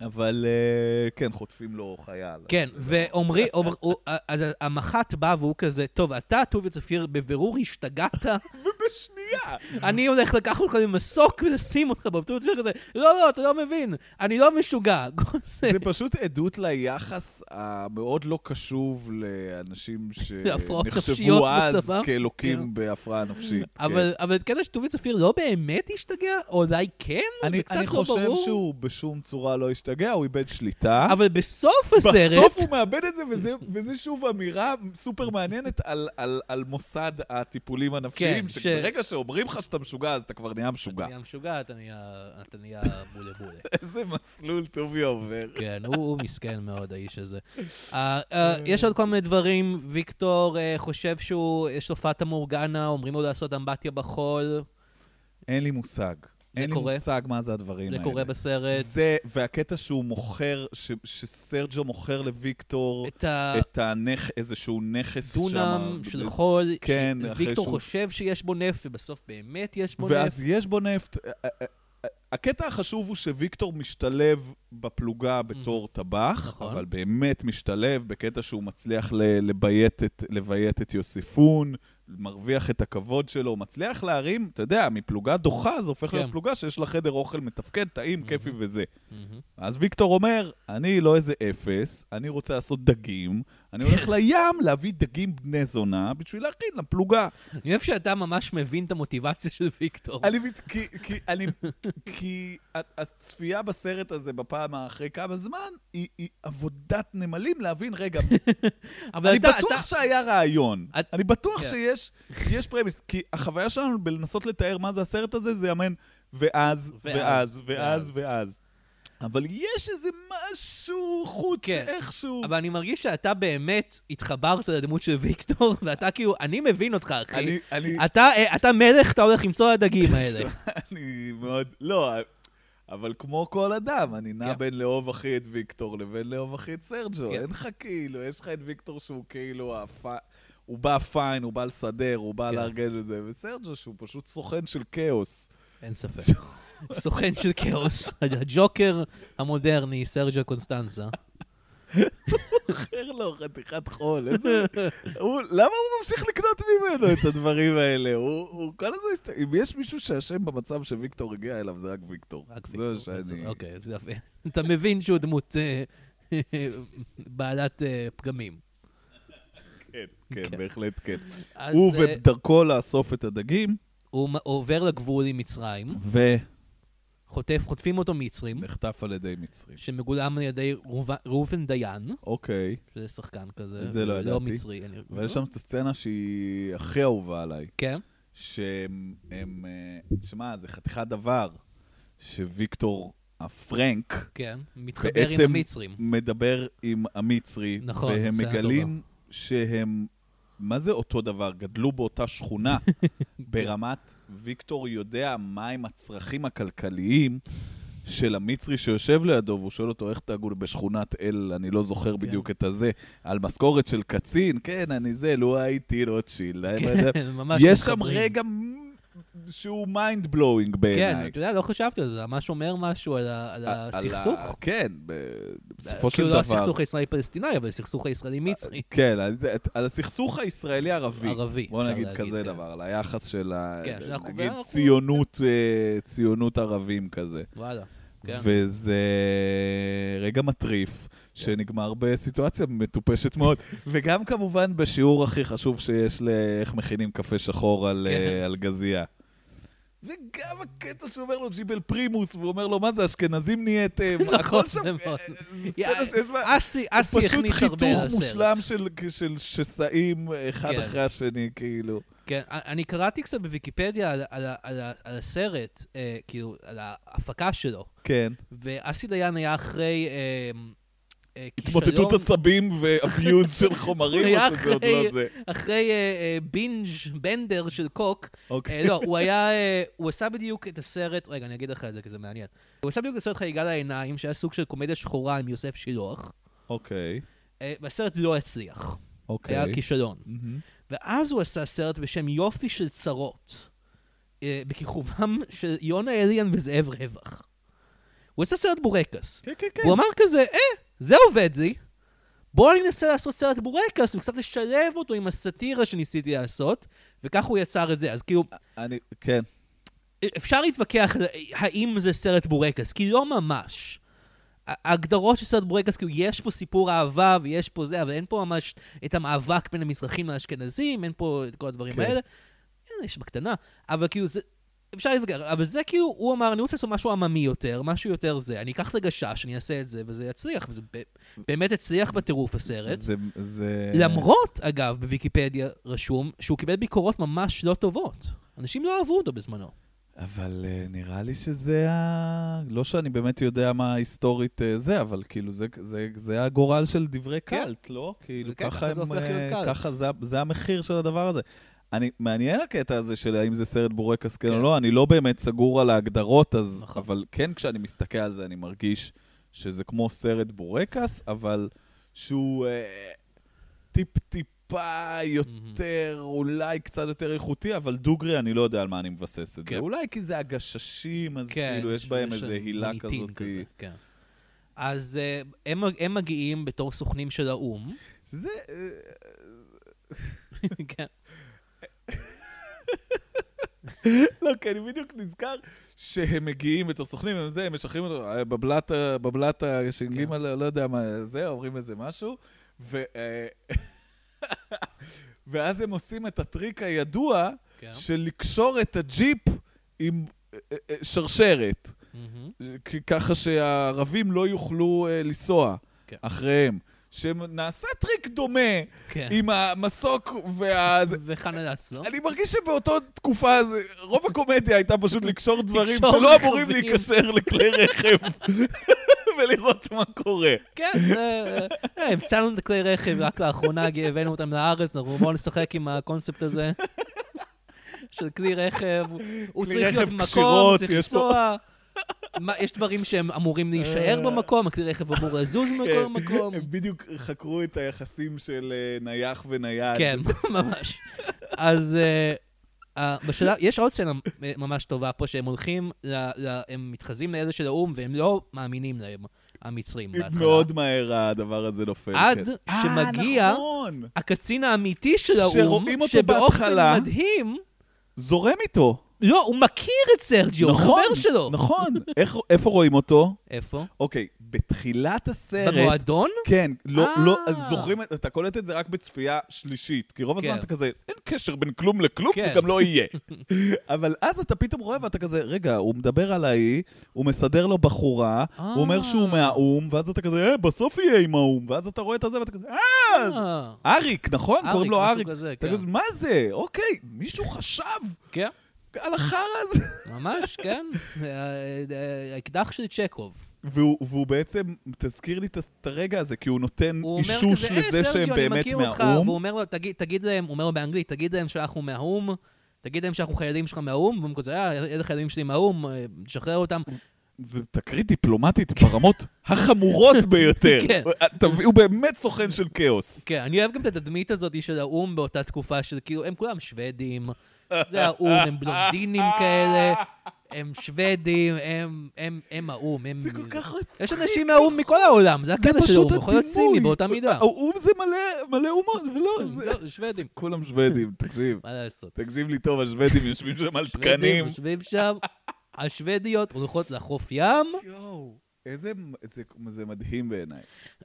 Speaker 2: אבל אה, כן, חוטפים לו חייל.
Speaker 1: כן,
Speaker 2: אז, אה,
Speaker 1: ואומרי, אומר- הוא- אז המח"ט בא והוא כזה, טוב, אתה, טוביה צפיר, בבירור השתגעת,
Speaker 2: ובשנייה!
Speaker 1: אני הולך לקחת אותך למסוק ולשים אותך בטוביה צפיר כזה, לא, לא, אתה לא מבין, אני לא משוגע. כל זה,
Speaker 2: זה פשוט עדות ליחס המאוד לא קשוב לאנשים
Speaker 1: להפרעות נפשיות
Speaker 2: שנחשבו אז
Speaker 1: בצבא.
Speaker 2: כאלוקים
Speaker 1: כן.
Speaker 2: בהפרעה נפשית. כן.
Speaker 1: אבל אבל קטע שטוביה צפיר לא באמת השתגע, או אולי כן,
Speaker 2: אני,
Speaker 1: זה קצת
Speaker 2: אני
Speaker 1: לא
Speaker 2: חושב
Speaker 1: ברור.
Speaker 2: שהוא בשום צורה לא השתגע, הוא איבד שליטה.
Speaker 1: אבל בסוף הסרט,
Speaker 2: אה? בסוף הוא מאבד את זה, וזה, וזה שוב אמירה סופר מעניינת על, על, על מוסד הטיפולים הנפשיים,
Speaker 1: כן,
Speaker 2: כן,
Speaker 1: ש-
Speaker 2: שברגע שאומרים לך שאתה משוגע, אז אתה כבר נהיה משוגע.
Speaker 1: אתה נהיה משוגע, אתה נהיה- אתה נהיה בולה בולה.
Speaker 2: איזה מסלול טובי עובר.
Speaker 1: כן, הוא, הוא מסכן מאוד, האיש הזה. Uh, uh, יש עוד כל מיני דברים, ויקטור uh, חושב שהוא, יש לו פאטה מורגנה, אומרים לו לעשות אמבטיה בחול,
Speaker 2: אין לי מושג. אין לי
Speaker 1: קורה.
Speaker 2: מושג מה זה הדברים
Speaker 1: זה
Speaker 2: האלה.
Speaker 1: קורה בסרט.
Speaker 2: זה, והקטע שהוא מוכר, ש, שסרג'ו מוכר לוויקטור
Speaker 1: את ה...
Speaker 2: את הנכ... איזשהו נכס שם.
Speaker 1: דונם של חול,
Speaker 2: כן, אחרי
Speaker 1: ויקטור
Speaker 2: שהוא-
Speaker 1: חושב שיש בו נפט, ובסוף באמת יש בו נפט.
Speaker 2: ואז יש בו נפט. הקטע החשוב הוא שוויקטור משתלב בפלוגה בתור טבח,
Speaker 1: Mm-hmm. נכון.
Speaker 2: אבל באמת משתלב בקטע שהוא מצליח ל- לביית את, לביית את יוסיפון, מרוויח את הכבוד שלו, מצליח להרים, אתה יודע, מפלוגה דוחה זה הופך
Speaker 1: כן. Mm-hmm.
Speaker 2: להיות פלוגה שיש לה חדר אוכל מתפקד, טעים, כיפי וזה.
Speaker 1: מהמם.
Speaker 2: אז ויקטור אומר, אני לא איזה אפס, אני רוצה לעשות דגים, אני
Speaker 1: כן.
Speaker 2: הולך לים להביא דגים בני זונה בשביל להכין לפלוגה.
Speaker 1: אני אוהב שאתה ממש מבין את המוטיבציה של ויקטור.
Speaker 2: אני מת... כי, כי, אני... כי ה- הצפייה בסרט הזה בפעם האחרי כמה זמן, היא, היא עבודת נמלים להבין, רגע,
Speaker 1: אבל
Speaker 2: אני
Speaker 1: לא, אתה,
Speaker 2: בטוח
Speaker 1: אתה...
Speaker 2: שהיה רעיון.
Speaker 1: את-
Speaker 2: אני בטוח
Speaker 1: כן.
Speaker 2: שיש יש פרמיס, כי החוויה שלנו בלנסות לתאר מה זה הסרט הזה, זה אמן ואז,
Speaker 1: ואז,
Speaker 2: ואז, ואז, ואז. אבל יש איזה משהו חוץ
Speaker 1: כן.
Speaker 2: איכשהו.
Speaker 1: אבל אני מרגיש שאתה באמת התחברת לדמות של ויקטור, ואתה כאילו, אני מבין אותך, אחי.
Speaker 2: אני, אני,
Speaker 1: אתה, אה, אתה מלך, אתה הולך למצוא הדגים האלה.
Speaker 2: אני מאוד, לא, אבל כמו כל אדם, אני נע
Speaker 1: כן.
Speaker 2: בין לאהוב הכי את ויקטור לבין לאהוב הכי את סרג'ו.
Speaker 1: כן.
Speaker 2: אין לך כאילו, יש לך את ויקטור שהוא כאילו, הפ... הוא בא פיין, הוא בא לסדר, הוא בא
Speaker 1: כן.
Speaker 2: לארגן את זה, וסרג'ו שהוא פשוט סוכן של כאוס.
Speaker 1: אין ספק. סוכן של כאוס, הג'וקר המודרני, סרג'ו קונסטנזה.
Speaker 2: אחר לו חתיכת חול, איזה... הוא... למה הוא ממשיך לקנות ממנו את הדברים האלה? הוא, הוא כל הזמן... הסת- אם יש מישהו שאשם במצב שוויקטור הגיע אליו, זה רק ויקטור.
Speaker 1: רק
Speaker 2: זה
Speaker 1: ויקטור.
Speaker 2: שאני...
Speaker 1: אוקיי, זה יפה. אתה מבין שהוא דמות אה, בעלת אה, פגמים.
Speaker 2: כן, כן,
Speaker 1: כן.
Speaker 2: בהחלט כן.
Speaker 1: אז,
Speaker 2: הוא
Speaker 1: אה,
Speaker 2: ובדרכו לאסוף את הדגים,
Speaker 1: הוא מ- עובר לגבול עם מצרים,
Speaker 2: ונחטף
Speaker 1: חוטף, חוטפים אותו מצרים,
Speaker 2: על ידי מצרים.
Speaker 1: שמגולם על ידי רוב- ראובן דיין,
Speaker 2: אוקיי,
Speaker 1: שזה שחקן כזה.
Speaker 2: זה לא
Speaker 1: לא
Speaker 2: ידעתי.
Speaker 1: מצרי. אני-
Speaker 2: ויש שם את הסצנה שהיא הכי אהובה עליי,
Speaker 1: כן,
Speaker 2: שהם... הם, אה, שמע, זה חתיכת דבר, שוויקטור הפרנק
Speaker 1: כן. מתחבר עם
Speaker 2: בעצם כן,
Speaker 1: המצרים.
Speaker 2: מדבר עם המצרי,
Speaker 1: נכון,
Speaker 2: והם
Speaker 1: סצנה
Speaker 2: מגלים שהם... מה זה אותו דבר? גדלו באותה שכונה. ברמת ויקטור יודע מהם הצרכים הכלכליים של המצרי שיושב לידו, והוא שואל אותו, איך תגור בשכונת אל, אני לא זוכר
Speaker 1: כן.
Speaker 2: בדיוק את הזה, על משכורת של קצין, כן, אני זה, לו הייתי רוטשילד. אני לא יודע."
Speaker 1: כן, ממש
Speaker 2: יש שם
Speaker 1: מתחברים.
Speaker 2: רגע מ- שהוא מיינד בלואוינג
Speaker 1: כן,
Speaker 2: בעיניי.
Speaker 1: אתה יודע, לא חשבתי על זה, זה ממש אומר משהו על ה- על
Speaker 2: על ה-
Speaker 1: הסכסוך.
Speaker 2: כן, ב- בסופו של
Speaker 1: כאילו לא
Speaker 2: דבר.
Speaker 1: הסכסוך הישראלי-פלסטיני, אבל הסכסוך הישראלי-מצרי.
Speaker 2: כן, על זה- על הסכסוך הישראלי-ערבי.
Speaker 1: ערבי,
Speaker 2: בוא
Speaker 1: אפשר
Speaker 2: נגיד
Speaker 1: להגיד,
Speaker 2: כזה
Speaker 1: כן.
Speaker 2: דבר, על היחס של ה...
Speaker 1: כן, שאנחנו-
Speaker 2: נגיד
Speaker 1: ואנחנו-
Speaker 2: ציונות, אה, ציונות ערבים כזה.
Speaker 1: וואלה. כן.
Speaker 2: וזה רגע מטריף, שנגמר בסיטואציה מטופשת מאוד. וגם כמובן בשיעור הכי חשוב שיש לאיך מכינים קפה שחור על,
Speaker 1: כן.
Speaker 2: אה, על גזייה. וגם הקטע שהוא אומר לו ג'יבל פרימוס, והוא אומר לו, מה זה, אשכנזים נהייתם?
Speaker 1: נכון,
Speaker 2: הכל שם,
Speaker 1: זה
Speaker 2: אה,
Speaker 1: מאוד.
Speaker 2: זה סצנה שיש בה...
Speaker 1: אסי, אסי
Speaker 2: פשוט
Speaker 1: הכניס הרבה
Speaker 2: חיתוך
Speaker 1: לסרט.
Speaker 2: מושלם של, של שסעים אה, אחד
Speaker 1: כן.
Speaker 2: אחרי השני, כאילו.
Speaker 1: כן, אני קראתי קצת בוויקיפדיה על, על, ה- על, ה- על הסרט, אה, כאילו, על ההפקה שלו,
Speaker 2: כן.
Speaker 1: ואסי דיין היה אחרי אה, אה, כישלון...
Speaker 2: התמוטטות עצבים ואביוז של חומרים, או שזה עוד לא זה.
Speaker 1: אחרי אה, אה, בינג' בנדר של קוק,
Speaker 2: אוקיי.
Speaker 1: אה, לא, הוא היה, אה, הוא עשה בדיוק את הסרט, רגע, אני אגיד לך את זה, כי זה מעניין. הוא עשה בדיוק את הסרט חגיגה לעיניים, שהיה סוג של קומדיה שחורה עם יוסף שילוח,
Speaker 2: אוקיי,
Speaker 1: אה, והסרט לא הצליח.
Speaker 2: אוקיי.
Speaker 1: היה כישלון.
Speaker 2: מהמם.
Speaker 1: ואז הוא עשה סרט בשם יופי של צרות, אה, בכיכובם של יונה אליאן וזאב רווח. הוא עשה סרט בורקס.
Speaker 2: כן, כן, כן.
Speaker 1: הוא אמר כזה, אה, זה עובד לי, בואו אני אנסה לעשות סרט בורקס וקצת לשלב אותו עם הסאטירה שניסיתי לעשות, וכך הוא יצר את זה. אז כאילו,
Speaker 2: אני, כן.
Speaker 1: אפשר להתווכח על האם זה סרט בורקס, כי לא ממש. ההגדרות של סרט בורקס, כאילו, יש פה סיפור אהבה ויש פה זה, אבל אין פה ממש את המאבק בין המזרחים לאשכנזים, אין פה את כל הדברים
Speaker 2: כן.
Speaker 1: כן. האלה. כן, יש בקטנה, אבל כאילו זה... אפשר להתווכח, אבל זה כאילו, הוא אמר, אני רוצה לעשות משהו עממי יותר, משהו יותר זה. אני אקח את הגשש, אני אעשה את זה, וזה יצליח, וזה ב- באמת הצליח בטירוף הסרט.
Speaker 2: זה, זה...
Speaker 1: למרות, אגב, בוויקיפדיה רשום, שהוא קיבל ביקורות ממש לא טובות. אנשים לא אהבו אותו בזמנו.
Speaker 2: אבל אה, נראה לי שזה ה... לא שאני באמת יודע מה היסטורית אה, זה, אבל כאילו זה, זה, זה הגורל של דברי
Speaker 1: כן.
Speaker 2: קאלט, לא? כאילו
Speaker 1: כן, ככה
Speaker 2: ככה
Speaker 1: זה
Speaker 2: הם...
Speaker 1: הופך להיות
Speaker 2: אה,
Speaker 1: קאלט.
Speaker 2: ככה זה, זה המחיר של הדבר הזה. אני, מעניין הקטע הזה של האם זה סרט בורקס כן
Speaker 1: כן.
Speaker 2: או לא, אני לא באמת סגור על ההגדרות, אז...
Speaker 1: נכון.
Speaker 2: אבל כן, כשאני מסתכל על זה, אני מרגיש שזה כמו סרט בורקס, אבל שהוא אה, טיפ-טיפה יותר, אולי קצת יותר איכותי, אבל דוגרי, אני לא יודע על מה אני מבסס את זה.
Speaker 1: כן.
Speaker 2: אולי כי זה הגששים, אז כאילו יש בהם איזו הילה
Speaker 1: מוניטין
Speaker 2: כזאת.
Speaker 1: כזה, כן. אז אה, הם, הם מגיעים בתור סוכנים של האו"ם.
Speaker 2: שזה... אה,
Speaker 1: כן.
Speaker 2: לא, כי אני בדיוק נזכר שהם מגיעים בתור סוכנים, הם זה, הם משחררים אותו, אה, בבלת, ה- בבלת הש"ג,
Speaker 1: כן.
Speaker 2: לא לא יודע מה זה, אומרים איזה משהו, ו... אה, ואז הם עושים את הטריק הידוע
Speaker 1: כן.
Speaker 2: של לקשור את הג'יפ עם אה, אה, שרשרת.
Speaker 1: מהמם.
Speaker 2: כ- ככה שהערבים לא יוכלו אה, לנסוע
Speaker 1: כן.
Speaker 2: אחריהם. שנעשה טריק דומה
Speaker 1: כן. נכון.
Speaker 2: עם המסוק וה...
Speaker 1: וחנה לסלו.
Speaker 2: אני מרגיש שבאותו תקופה, זה- רוב הקומדיה הייתה פשוט לקשור דברים
Speaker 1: לקשור
Speaker 2: שלא אמורים
Speaker 1: רכבים.
Speaker 2: להיקשר לכלי רכב ולראות מה קורה.
Speaker 1: כן, זה- אה, המצאנו את כלי רכב רק לאחרונה, הבאנו אותם לארץ, אנחנו בואו נשחק עם הקונספט הזה של כלי רכב. הוא
Speaker 2: כלי
Speaker 1: צריך להיות
Speaker 2: רכב
Speaker 1: במקום,
Speaker 2: קשירות,
Speaker 1: צריך
Speaker 2: יש פה-
Speaker 1: לנסוע. מה- יש דברים שהם אמורים להישאר
Speaker 2: אה.
Speaker 1: במקום, הכלי רכב אמור לזוז מכל מקום.
Speaker 2: כן. הם בדיוק חקרו את היחסים של אה, נייח ונייד.
Speaker 1: כן, ממש. אז אה, אה, בשלב, יש עוד סצנה אה, ממש טובה פה, שהם הולכים, ל- ל- הם מתחזים לאלה של האו"ם, והם לא מאמינים להם, המצרים. בהתחלה.
Speaker 2: מאוד מהר הדבר הזה נופל.
Speaker 1: עד
Speaker 2: כן.
Speaker 1: שמגיע-
Speaker 2: אה, נכון.
Speaker 1: הקצין האמיתי של האו"ם,
Speaker 2: שרואים אותו
Speaker 1: שבאופן
Speaker 2: בהתחלה.
Speaker 1: מדהים,
Speaker 2: זורם איתו.
Speaker 1: לא, הוא מכיר את סרג'יו, הוא
Speaker 2: נכון,
Speaker 1: חבר שלו.
Speaker 2: נכון. איך- איפה רואים אותו?
Speaker 1: איפה?
Speaker 2: אוקיי, בתחילת הסרט...
Speaker 1: במועדון?
Speaker 2: כן, לא, לא,
Speaker 1: אה.
Speaker 2: אז זוכרים, אתה קולט את זה רק בצפייה שלישית, כי רוב
Speaker 1: כן.
Speaker 2: הזמן אתה כזה, אין קשר בין כלום לכלום,
Speaker 1: כן.
Speaker 2: וגם לא יהיה. אבל אז אתה פתאום רואה ואתה כזה, רגע, הוא מדבר על ההיא, הוא מסדר לו בחורה, הוא אומר שהוא
Speaker 1: אה.
Speaker 2: מהאו"ם, ואז אתה כזה, אה, בסוף יהיה עם האו"ם, ואז אתה רואה את הזה ואתה כזה, אה, זה
Speaker 1: אה,
Speaker 2: אריק, נכון?
Speaker 1: אריק,
Speaker 2: קוראים לו
Speaker 1: משהו
Speaker 2: אריק.
Speaker 1: כזה,
Speaker 2: אתה
Speaker 1: כן.
Speaker 2: כזה, מה זה? אוקיי, מישהו חשב
Speaker 1: כן,
Speaker 2: על החרא הזה.
Speaker 1: ממש, כן. אה, אה, האקדח של צ'קוב.
Speaker 2: והוא, והוא בעצם, תזכיר לי את ה- את הרגע הזה, כי הוא נותן
Speaker 1: הוא אומר
Speaker 2: אישוש
Speaker 1: כזה, אה,
Speaker 2: לזה שהם
Speaker 1: סרג'יו, אני
Speaker 2: באמת
Speaker 1: מכיר אותך, והוא
Speaker 2: מהאו"ם.
Speaker 1: אומר לו, "תגיד- תגיד להם, הוא אומר לו באנגלית, תגיד להם שאנחנו מהאו"ם, תגיד להם שאנחנו חיילים שלך מהאו"ם, והם כזה, אה, אלה חיילים שלי מהאו"ם, אה, תשחרר אותם.
Speaker 2: זו תקרית דיפלומטית ברמות החמורות ביותר.
Speaker 1: כן.
Speaker 2: תביאו באמת סוכן של כאוס.
Speaker 1: כן, אני אוהב גם את התדמית הזאת של האו"ם באותה תקופה, של כאילו, הם כולם שוודים, זה האו"ם, הם בלונדינים כאלה, הם שוודים, הם- הם הם האו"ם, הם...
Speaker 2: זה כל כך מצחיק.
Speaker 1: יש אנשים מהאו"ם מכל העולם, זה
Speaker 2: זה
Speaker 1: הקטע של
Speaker 2: פשוט
Speaker 1: האו"ם, יכול להיות סיני
Speaker 2: הדימוי.
Speaker 1: באותה מידה.
Speaker 2: האו"ם זה מלא, מלא אומות, ולא, זה...
Speaker 1: לא, שוודים,
Speaker 2: כולם שוודים, תקשיב.
Speaker 1: מה לעשות.
Speaker 2: תקשיב לי טוב, השוודים יושבים שם על
Speaker 1: שוודים
Speaker 2: תקנים.
Speaker 1: יושבים שם, השוודיות הולכות לחוף ים,
Speaker 2: יואו, איזה... זה- זה מדהים בעיניי.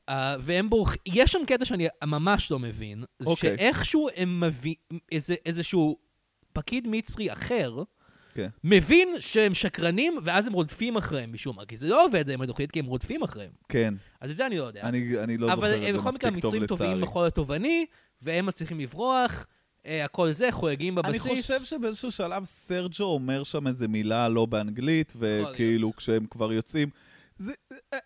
Speaker 1: אה, והם בורחים. יש שם קטע שאני ממש לא מבין, זה
Speaker 2: אוקיי.
Speaker 1: שאיכשהו הם מבין, איזה- איזשהו פקיד מצרי אחר,
Speaker 2: כן.
Speaker 1: מבין שהם שקרנים, ואז הם רודפים אחריהם משום מה, כי זה לא עובד להם מדוכית, כי הם רודפים אחריהם.
Speaker 2: כן,
Speaker 1: אז את זה אני לא יודע.
Speaker 2: אני אני לא זוכר
Speaker 1: אבל
Speaker 2: את
Speaker 1: הם
Speaker 2: זה
Speaker 1: בכל מקרה
Speaker 2: מספיק טוב
Speaker 1: מצרים טובים
Speaker 2: לצערי.
Speaker 1: בחול התובעני, והם מצליחים לברוח, אה, הכל זה, חוגגים
Speaker 2: אני
Speaker 1: בבסיס.
Speaker 2: חושב שבאיזשהו שלב סרג'ו אומר שם איזה מילה לא באנגלית,
Speaker 1: להיות.
Speaker 2: וכאילו כשהם כבר יוצאים... זה... אה,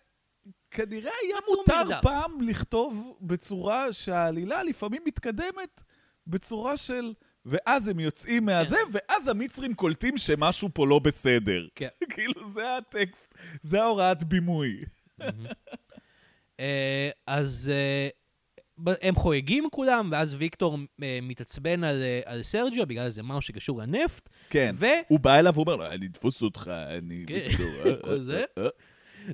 Speaker 2: כנראה היה
Speaker 1: מצאו
Speaker 2: מותר
Speaker 1: מידע.
Speaker 2: פעם לכתוב בצורה שהעלילה לפעמים מתקדמת בצורה של... ואז הם יוצאים מהזה, ואז המצרים קולטים שמשהו פה לא בסדר.
Speaker 1: כן.
Speaker 2: כאילו, זה הטקסט, זה ההוראת בימוי.
Speaker 1: אה, אז אה, ב- הם חוגגים כולם, ואז ויקטור אה, מתעצבן על, אה, על סרג'יו בגלל איזה משהו שקשור לנפט,
Speaker 2: כן.
Speaker 1: ו...
Speaker 2: הוא בא אליו ואומר לו, אני אתפוס אותך, אני...
Speaker 1: כן,
Speaker 2: ויקטור, אה,
Speaker 1: כל זה.
Speaker 2: אה, אה."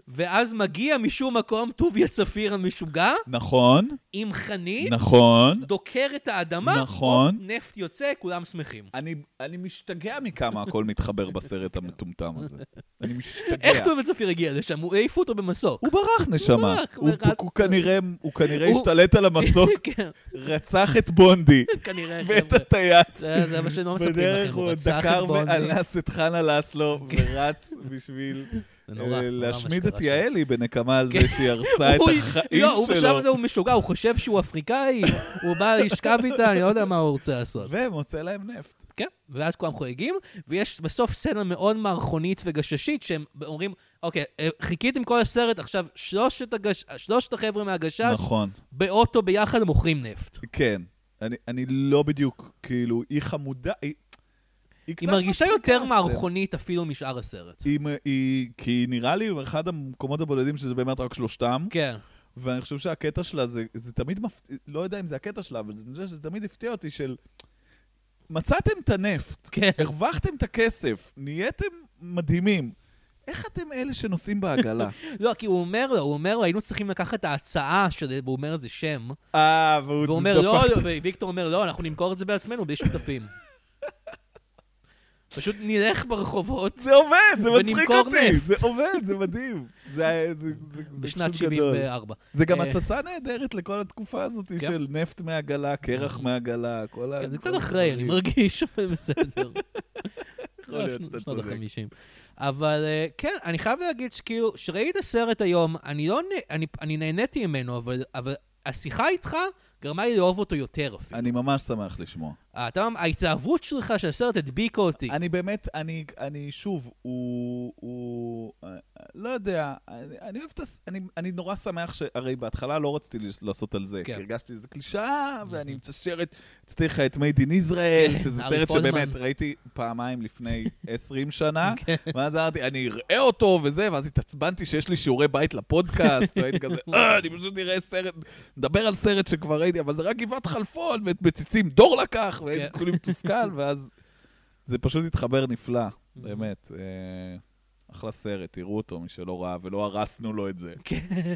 Speaker 1: ואז מגיע משום מקום טוביה צפיר המשוגע,
Speaker 2: נכון,
Speaker 1: עם חנית,
Speaker 2: נכון.
Speaker 1: דוקר את האדמה,
Speaker 2: נכון. אה,
Speaker 1: הופ, נפט יוצא, כולם שמחים.
Speaker 2: אני, אני משתגע מכמה הכל מתחבר בסרט המטומטם הזה. אני משתגע.
Speaker 1: איך טוביה צפיר הגיע לשם? הוא העיפו אותו במסוק.
Speaker 2: הוא ברח נשמה.
Speaker 1: ברח
Speaker 2: הוא,
Speaker 1: ורץ.
Speaker 2: הוא כנראה, הוא כנראה
Speaker 1: הוא-
Speaker 2: השתלט על המסוק,
Speaker 1: כן,
Speaker 2: רצח את בונדי
Speaker 1: כנראה,
Speaker 2: ואת
Speaker 1: חבר'ה.
Speaker 2: הטייס.
Speaker 1: זה זה מה שלא מספרים לכם.
Speaker 2: בדרך הוא
Speaker 1: רצח את
Speaker 2: דקר
Speaker 1: בונדי.
Speaker 2: ואנס את חנה לסלו,
Speaker 1: כן.
Speaker 2: ורץ בשביל
Speaker 1: זה
Speaker 2: אה,
Speaker 1: נורא, נורא מה
Speaker 2: להשמיד
Speaker 1: שקרה
Speaker 2: את
Speaker 1: שם.
Speaker 2: יעלי בנקמה על
Speaker 1: כן.
Speaker 2: זה שהיא הרסה את
Speaker 1: הוא-
Speaker 2: החיים
Speaker 1: לא, הוא בשלב הזה
Speaker 2: שלו.
Speaker 1: הוא משוגע, הוא חושב שהוא אפריקאי, הוא בא לשכב איתה, אני לא יודע מה הוא רוצה לעשות.
Speaker 2: ומוצא להם נפט.
Speaker 1: כן, ואז כולם חוגגים, ויש בסוף סצנה מאוד מערכונית וגששית, שהם אומרים, אוקיי, אה, חיכיתם כל הסרט, עכשיו שלושת, הגש... שלושת החבר'ה מהגשש
Speaker 2: נכון.
Speaker 1: באוטו ביחד מוכרים נפט.
Speaker 2: כן. אני, אני לא בדיוק, כאילו, היא חמודה, היא, היא קצת
Speaker 1: היא מרגישה
Speaker 2: מצחיקה,
Speaker 1: יותר
Speaker 2: הסצנה.
Speaker 1: מערכונית אפילו משאר הסרט.
Speaker 2: היא, היא, כי נראה לי אחד המקומות הבודדים שזה באמת רק שלושתם,
Speaker 1: כן,
Speaker 2: ואני חושב שהקטע שלה זה, זה תמיד מפתיע, לא יודע אם זה הקטע שלה, אבל זה- אני חושב שזה תמיד הפתיע אותי של... מצאתם את הנפט,
Speaker 1: כן.
Speaker 2: הרווחתם את הכסף, נהייתם מדהימים. איך אתם אלה שנוסעים בעגלה?
Speaker 1: לא, כי הוא אומר לו, הוא אומר לו, היינו צריכים לקחת את ההצעה של, והוא אומר איזה שם,
Speaker 2: אה, והוא
Speaker 1: והוא אומר,
Speaker 2: דפק-
Speaker 1: לא, לא", וויקטור אומר, לא, אנחנו נמכור את זה בעצמנו, בלי שותפים. פשוט נלך ברחובות
Speaker 2: זה עובד, זה מצחיק
Speaker 1: ונמכור
Speaker 2: אותי,
Speaker 1: נפט.
Speaker 2: זה עובד, זה מדהים. זה זה- זה- זה
Speaker 1: בשנת
Speaker 2: פשוט גדול.
Speaker 1: 74.
Speaker 2: זה גם
Speaker 1: אה.
Speaker 2: הצצה נהדרת לכל התקופה הזאת
Speaker 1: כן. אה.
Speaker 2: של נפט מהגלה, קרח מהגלה, כל ה...
Speaker 1: כן, זה
Speaker 2: כל
Speaker 1: קצת אחרי, אני
Speaker 2: הדברים.
Speaker 1: מרגיש, אבל בסדר.
Speaker 2: יכול להיות שאתה
Speaker 1: שנות
Speaker 2: צודק.
Speaker 1: ה-50. אבל אה, כן, אני חייב להגיד שכאילו, שראיתי את הסרט היום, אני לא, נ- אני- אני נהניתי ממנו, אבל- אבל השיחה איתך גרמה לי לאהוב אותו יותר אפילו.
Speaker 2: אני ממש שמח לשמוע.
Speaker 1: אה, אתה, ההתלהבות שלך של הסרט הדביקה אותי.
Speaker 2: אני באמת, אני, אני שוב, הוא, הוא, אה, לא יודע, אני, אני אוהב את הס... אני, אני נורא שמח ש... הרי בהתחלה לא רציתי לס- לעשות על זה,
Speaker 1: כן.
Speaker 2: כי הרגשתי שזה קלישאה, ואני מצשרת, רציתי לך את מייד אין ישראל,
Speaker 1: כן,
Speaker 2: שזה
Speaker 1: ארי
Speaker 2: סרט
Speaker 1: פולמן.
Speaker 2: שבאמת ראיתי פעמיים לפני 20 שנה,
Speaker 1: כן.
Speaker 2: ואז אמרתי, אני אראה אותו וזה, ואז התעצבנתי שיש לי שיעורי בית לפודקאסט, והייתי כזה, אה, אני פשוט אראה סרט, נדבר על סרט שכבר ראיתי, אבל זה רק גבעת חלפון, ואת מציצים דור לקח, והייתי
Speaker 1: כן.
Speaker 2: כולי מתוסכל, ואז זה פשוט התחבר נפלא,
Speaker 1: Mm-hmm.
Speaker 2: באמת. אה, אחלה סרט, תראו אותו, מי שלא ראה, ולא הרסנו לו את זה.
Speaker 1: כן.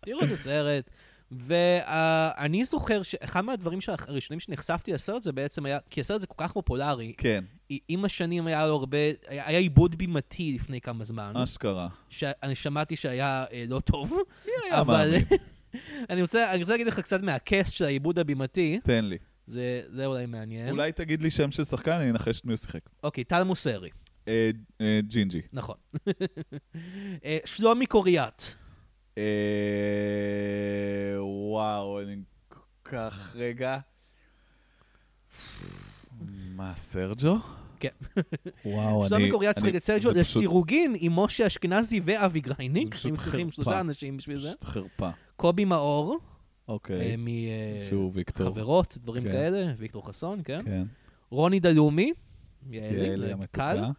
Speaker 1: תראו את הסרט. ואני זוכר שאחד מהדברים שה- הראשונים שנחשפתי לסרט זה בעצם היה, כי הסרט זה כל כך פופולרי,
Speaker 2: כן,
Speaker 1: עם השנים היה לו הרבה, היה היה עיבוד בימתי לפני כמה זמן,
Speaker 2: אה, אשכרה.
Speaker 1: שאני שמעתי שהיה אה, לא טוב,
Speaker 2: היה
Speaker 1: אבל
Speaker 2: מאמין.
Speaker 1: אני רוצה אני רוצה להגיד לך קצת מהקאסט של העיבוד הבימתי,
Speaker 2: תן לי.
Speaker 1: זה זה אולי מעניין.
Speaker 2: אולי תגיד לי שם של שחקן, אני אנחש את מי הוא שיחק.
Speaker 1: אוקיי, טל מוסרי,
Speaker 2: אה, אה, ג'ינג'י.
Speaker 1: נכון. אה, שלומי קוריאט,
Speaker 2: אה, וואו, אני כל כך רגע. מה, סרג'ו?
Speaker 1: כן.
Speaker 2: וואו, אני...
Speaker 1: שלומי קוריאט שיחק
Speaker 2: אני-
Speaker 1: את סרג'ו,
Speaker 2: זה פשוט-
Speaker 1: לסירוגין עם משה אשכנזי ואבי
Speaker 2: זה
Speaker 1: גרייניק,
Speaker 2: פשוט
Speaker 1: הם צריכים
Speaker 2: חרפה.
Speaker 1: שלושה אנשים בשביל זה.
Speaker 2: פשוט חרפה.
Speaker 1: קובי מאור, אה,
Speaker 2: אוקיי, שהוא ויקטור.
Speaker 1: מחברות, דברים
Speaker 2: כן.
Speaker 1: כאלה, ויקטור חסון, כן.
Speaker 2: כן.
Speaker 1: רוני דלומי, יעלי, אה,
Speaker 2: יעל
Speaker 1: קל.
Speaker 2: המתוקה.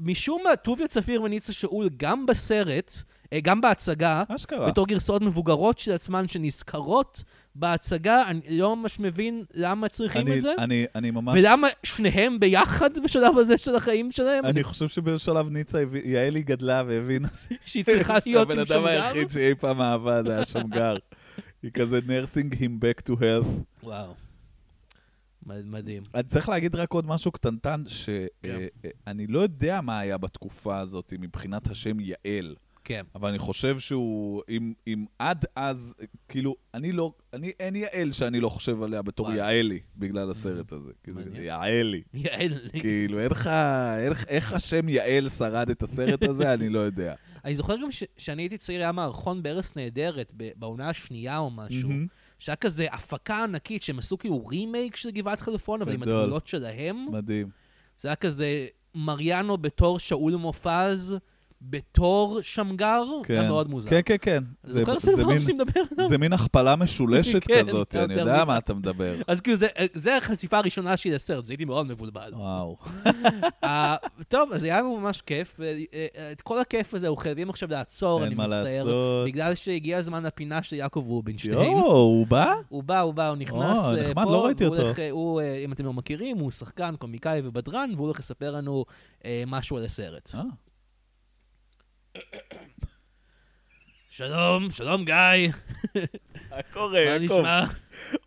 Speaker 1: ומשום מה, טוביה צפיר וניצה שאול גם בסרט, אה, גם בהצגה,
Speaker 2: אשכרה.
Speaker 1: בתור גרסאות מבוגרות של עצמן שנזכרות בהצגה, אני לא ממש מבין למה צריכים
Speaker 2: אני-
Speaker 1: את זה,
Speaker 2: אני- אני ממש...
Speaker 1: ולמה שניהם ביחד בשלב הזה של החיים שלהם,
Speaker 2: אני חושב שבשלב ניצה הביא- יעלי גדלה והבינה
Speaker 1: שהיא צריכה להיות
Speaker 2: הבן
Speaker 1: עם
Speaker 2: אדם
Speaker 1: שמגר.
Speaker 2: היחיד שאי פעם אהבה זה היה שמגר. היא כזה nursing him back to health.
Speaker 1: וואו. מד- מדהים.
Speaker 2: אני צריך להגיד רק עוד משהו קטנטן,
Speaker 1: כן.
Speaker 2: שאני לא יודע מה היה בתקופה הזאת מבחינת השם יעל,
Speaker 1: כן.
Speaker 2: אבל אני חושב שהוא, אם- אם עד אז, כאילו, אני לא, אני, אין יעל שאני לא חושב עליה בתור
Speaker 1: וואי. Mm-hmm.
Speaker 2: יעלי, בגלל הסרט הזה. כי זה
Speaker 1: מעניין.
Speaker 2: יעלי.
Speaker 1: יעל.
Speaker 2: כאילו, אין לך, אין לך- איך השם יעל שרד את הסרט הזה, אני לא יודע.
Speaker 1: אני זוכר גם שכשאני הייתי צעיר היה מערכון בארץ נהדרת, ב- בעונה השנייה או משהו,
Speaker 2: מהמם.
Speaker 1: שהיה כזה הפקה ענקית, שהם עשו כאילו רימייק של גבעת חלפון, אבל עם
Speaker 2: גדול.
Speaker 1: הדמויות שלהם.
Speaker 2: מדהים.
Speaker 1: זה היה כזה מריאנו בתור שאול מופז, בתור שמגר,
Speaker 2: כן.
Speaker 1: היה מאוד מוזר.
Speaker 2: כן, כן, כן.
Speaker 1: אני
Speaker 2: זה-
Speaker 1: זוכר את
Speaker 2: זה
Speaker 1: הדבר
Speaker 2: מין-
Speaker 1: שאני מדבר עליו.
Speaker 2: זה מין הכפלה משולשת
Speaker 1: כן,
Speaker 2: כזאת,
Speaker 1: יותר
Speaker 2: אני יודע
Speaker 1: מדי.
Speaker 2: מה אתה מדבר.
Speaker 1: אז כאילו, זה- זה החשיפה הראשונה שלי לסרט, זה הייתי מאוד מבולבל.
Speaker 2: וואו.
Speaker 1: אה, טוב, אז היה לנו ממש כיף, ואת כל הכיף הזה אנחנו חייבים עכשיו לעצור,
Speaker 2: אין
Speaker 1: אני
Speaker 2: מה
Speaker 1: מצטער.
Speaker 2: לעשות.
Speaker 1: בגלל שהגיע הזמן לפינה של יעקב רובינשטיין.
Speaker 2: יואו, הוא בא?
Speaker 1: הוא בא, הוא בא, הוא נכנס
Speaker 2: או,
Speaker 1: אה,
Speaker 2: נחמד,
Speaker 1: פה,
Speaker 2: לא ראיתי
Speaker 1: והוא
Speaker 2: אותו.
Speaker 1: הולך, אה, הוא, אה, אם אתם לא מכירים, הוא שחקן, קומיקאי ובדרן, והוא הולך לספר לנו אה, משהו על הסרט.
Speaker 2: אה,
Speaker 1: שלום, שלום גיא,
Speaker 2: אה, מה קורה,
Speaker 1: מה נשמע?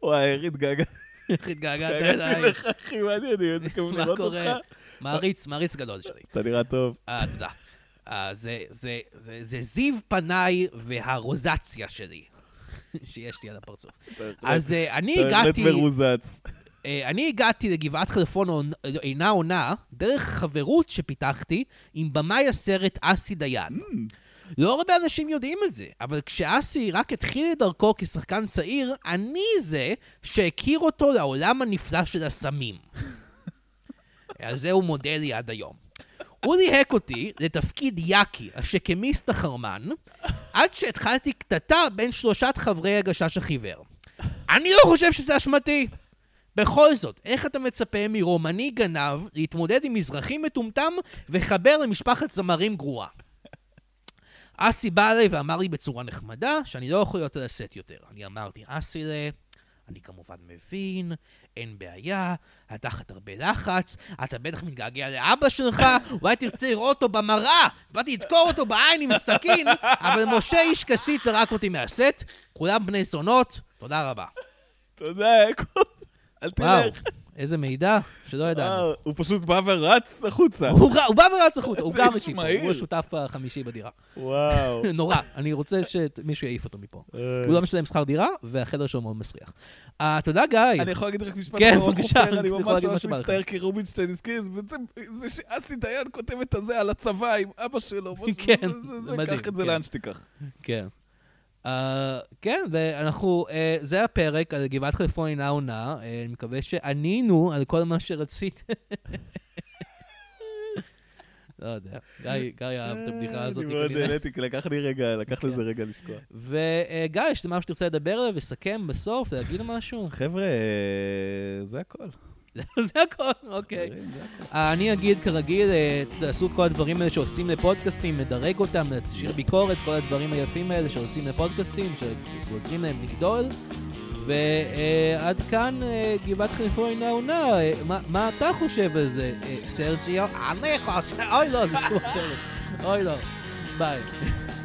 Speaker 2: וואי, איך התגעגעתי
Speaker 1: איך התגעגעת אליי?
Speaker 2: לך, אחי, מה אני, איזה כיף
Speaker 1: מה
Speaker 2: לראות אותך.
Speaker 1: קורה? מעריץ, מעריץ גדול שלי.
Speaker 2: אתה נראה טוב.
Speaker 1: אה, תודה. אה, זה- זה- זה זה זיו פניי והרוזציה שלי, שיש לי על הפרצוף. אז אה, אני
Speaker 2: אתה בהחלט
Speaker 1: הגעתי,
Speaker 2: מרוזץ.
Speaker 1: אה, אני הגעתי לגבעת חלפון עונ- אינה עונה דרך חברות שפיתחתי עם במאי הסרט אסי דיין. לא הרבה אנשים יודעים את זה, אבל כשאסי רק התחיל את דרכו כשחקן צעיר, אני זה שהכיר אותו לעולם הנפלא של הסמים. על זה הוא מודה לי עד היום. הוא ליהק אותי לתפקיד יאקי, השקמיסט החרמן, עד שהתחלתי קטטה בין שלושת חברי הגשש החיוור. אני לא חושב שזה אשמתי. בכל זאת, איך אתה מצפה מרומני גנב להתמודד עם מזרחי מטומטם וחבר למשפחת זמרים גרועה? אסי בא אליי ואמר לי בצורה נחמדה שאני לא יכול להיות על הסט יותר. אני אמרתי, אסי ל... אני כמובן מבין, אין בעיה, אתה תחת הרבה לחץ, אתה בטח מתגעגע לאבא שלך, אולי תרצה לראות אותו במראה, באתי לדקור אותו בעין עם סכין, אבל משה איש כסית זרק אותי מהסט, כולם בני זונות, תודה רבה.
Speaker 2: תודה, יעקב. אל
Speaker 1: וואו,
Speaker 2: תלך.
Speaker 1: איזה מידע שלא ידענו.
Speaker 2: וואו, הוא פשוט בא ורץ החוצה.
Speaker 1: הוא ר- הוא בא ורץ החוצה, הוא
Speaker 2: אה, זה
Speaker 1: גר
Speaker 2: איש
Speaker 1: איתי, פה,
Speaker 2: מהיר.
Speaker 1: הוא השותף החמישי בדירה.
Speaker 2: וואו.
Speaker 1: נורא, אני רוצה שמישהו יעיף אותו מפה.
Speaker 2: אה.
Speaker 1: הוא לא משלם שכר דירה, והחדר שלו מאוד מסריח. אה, תודה, גיא.
Speaker 2: אני יכול להגיד רק משפט
Speaker 1: כן,
Speaker 2: אחרון
Speaker 1: בבקשה,
Speaker 2: חופר,
Speaker 1: אני
Speaker 2: אני
Speaker 1: יכול
Speaker 2: ממש
Speaker 1: להגיד
Speaker 2: ממש
Speaker 1: משהו
Speaker 2: מצטער
Speaker 1: באחרון.
Speaker 2: כי רובינשטיין הזכיר, זה בעצם, זה שאסי דיין כותב את הזה על הצבא עם אבא שלו, משהו,
Speaker 1: כן,
Speaker 2: זה-
Speaker 1: זה
Speaker 2: זה,
Speaker 1: מדהים,
Speaker 2: קח את זה
Speaker 1: כן.
Speaker 2: לאן שתיקח.
Speaker 1: כן. אה, כן, ואנחנו, אה, זה הפרק על גבעת חלפון אינה עונה. אה, אני מקווה שענינו על כל מה שרצית. לא יודע, גיא, גיא אהב את הבדיחה הזאת.
Speaker 2: אה,
Speaker 1: כן.
Speaker 2: אני מאוד
Speaker 1: כנראה.
Speaker 2: העליתי, כי לקח לי רגע, לקח לזה רגע לשקוע.
Speaker 1: וגיא, אה, יש משהו שתרצה לדבר עליו, לסכם בסוף, להגיד משהו?
Speaker 2: חבר'ה, אה, זה הכל.
Speaker 1: זה הכל, אוקיי.
Speaker 2: חברים, זה הכל.
Speaker 1: אה, אני אגיד כרגיל, אה, תעשו את כל הדברים האלה שעושים לפודקאסטים, מדרג אותם, תשאיר ביקורת, כל הדברים היפים האלה שעושים לפודקאסטים, שעוזרים להם לגדול. ועד כאן אה, גבעת חלפון אינה עונה, אה, מה- מה אתה חושב על זה, אה, סרג'יו? אני חושב, אוי לא, זה שוב אחרת. אוי לא, ביי.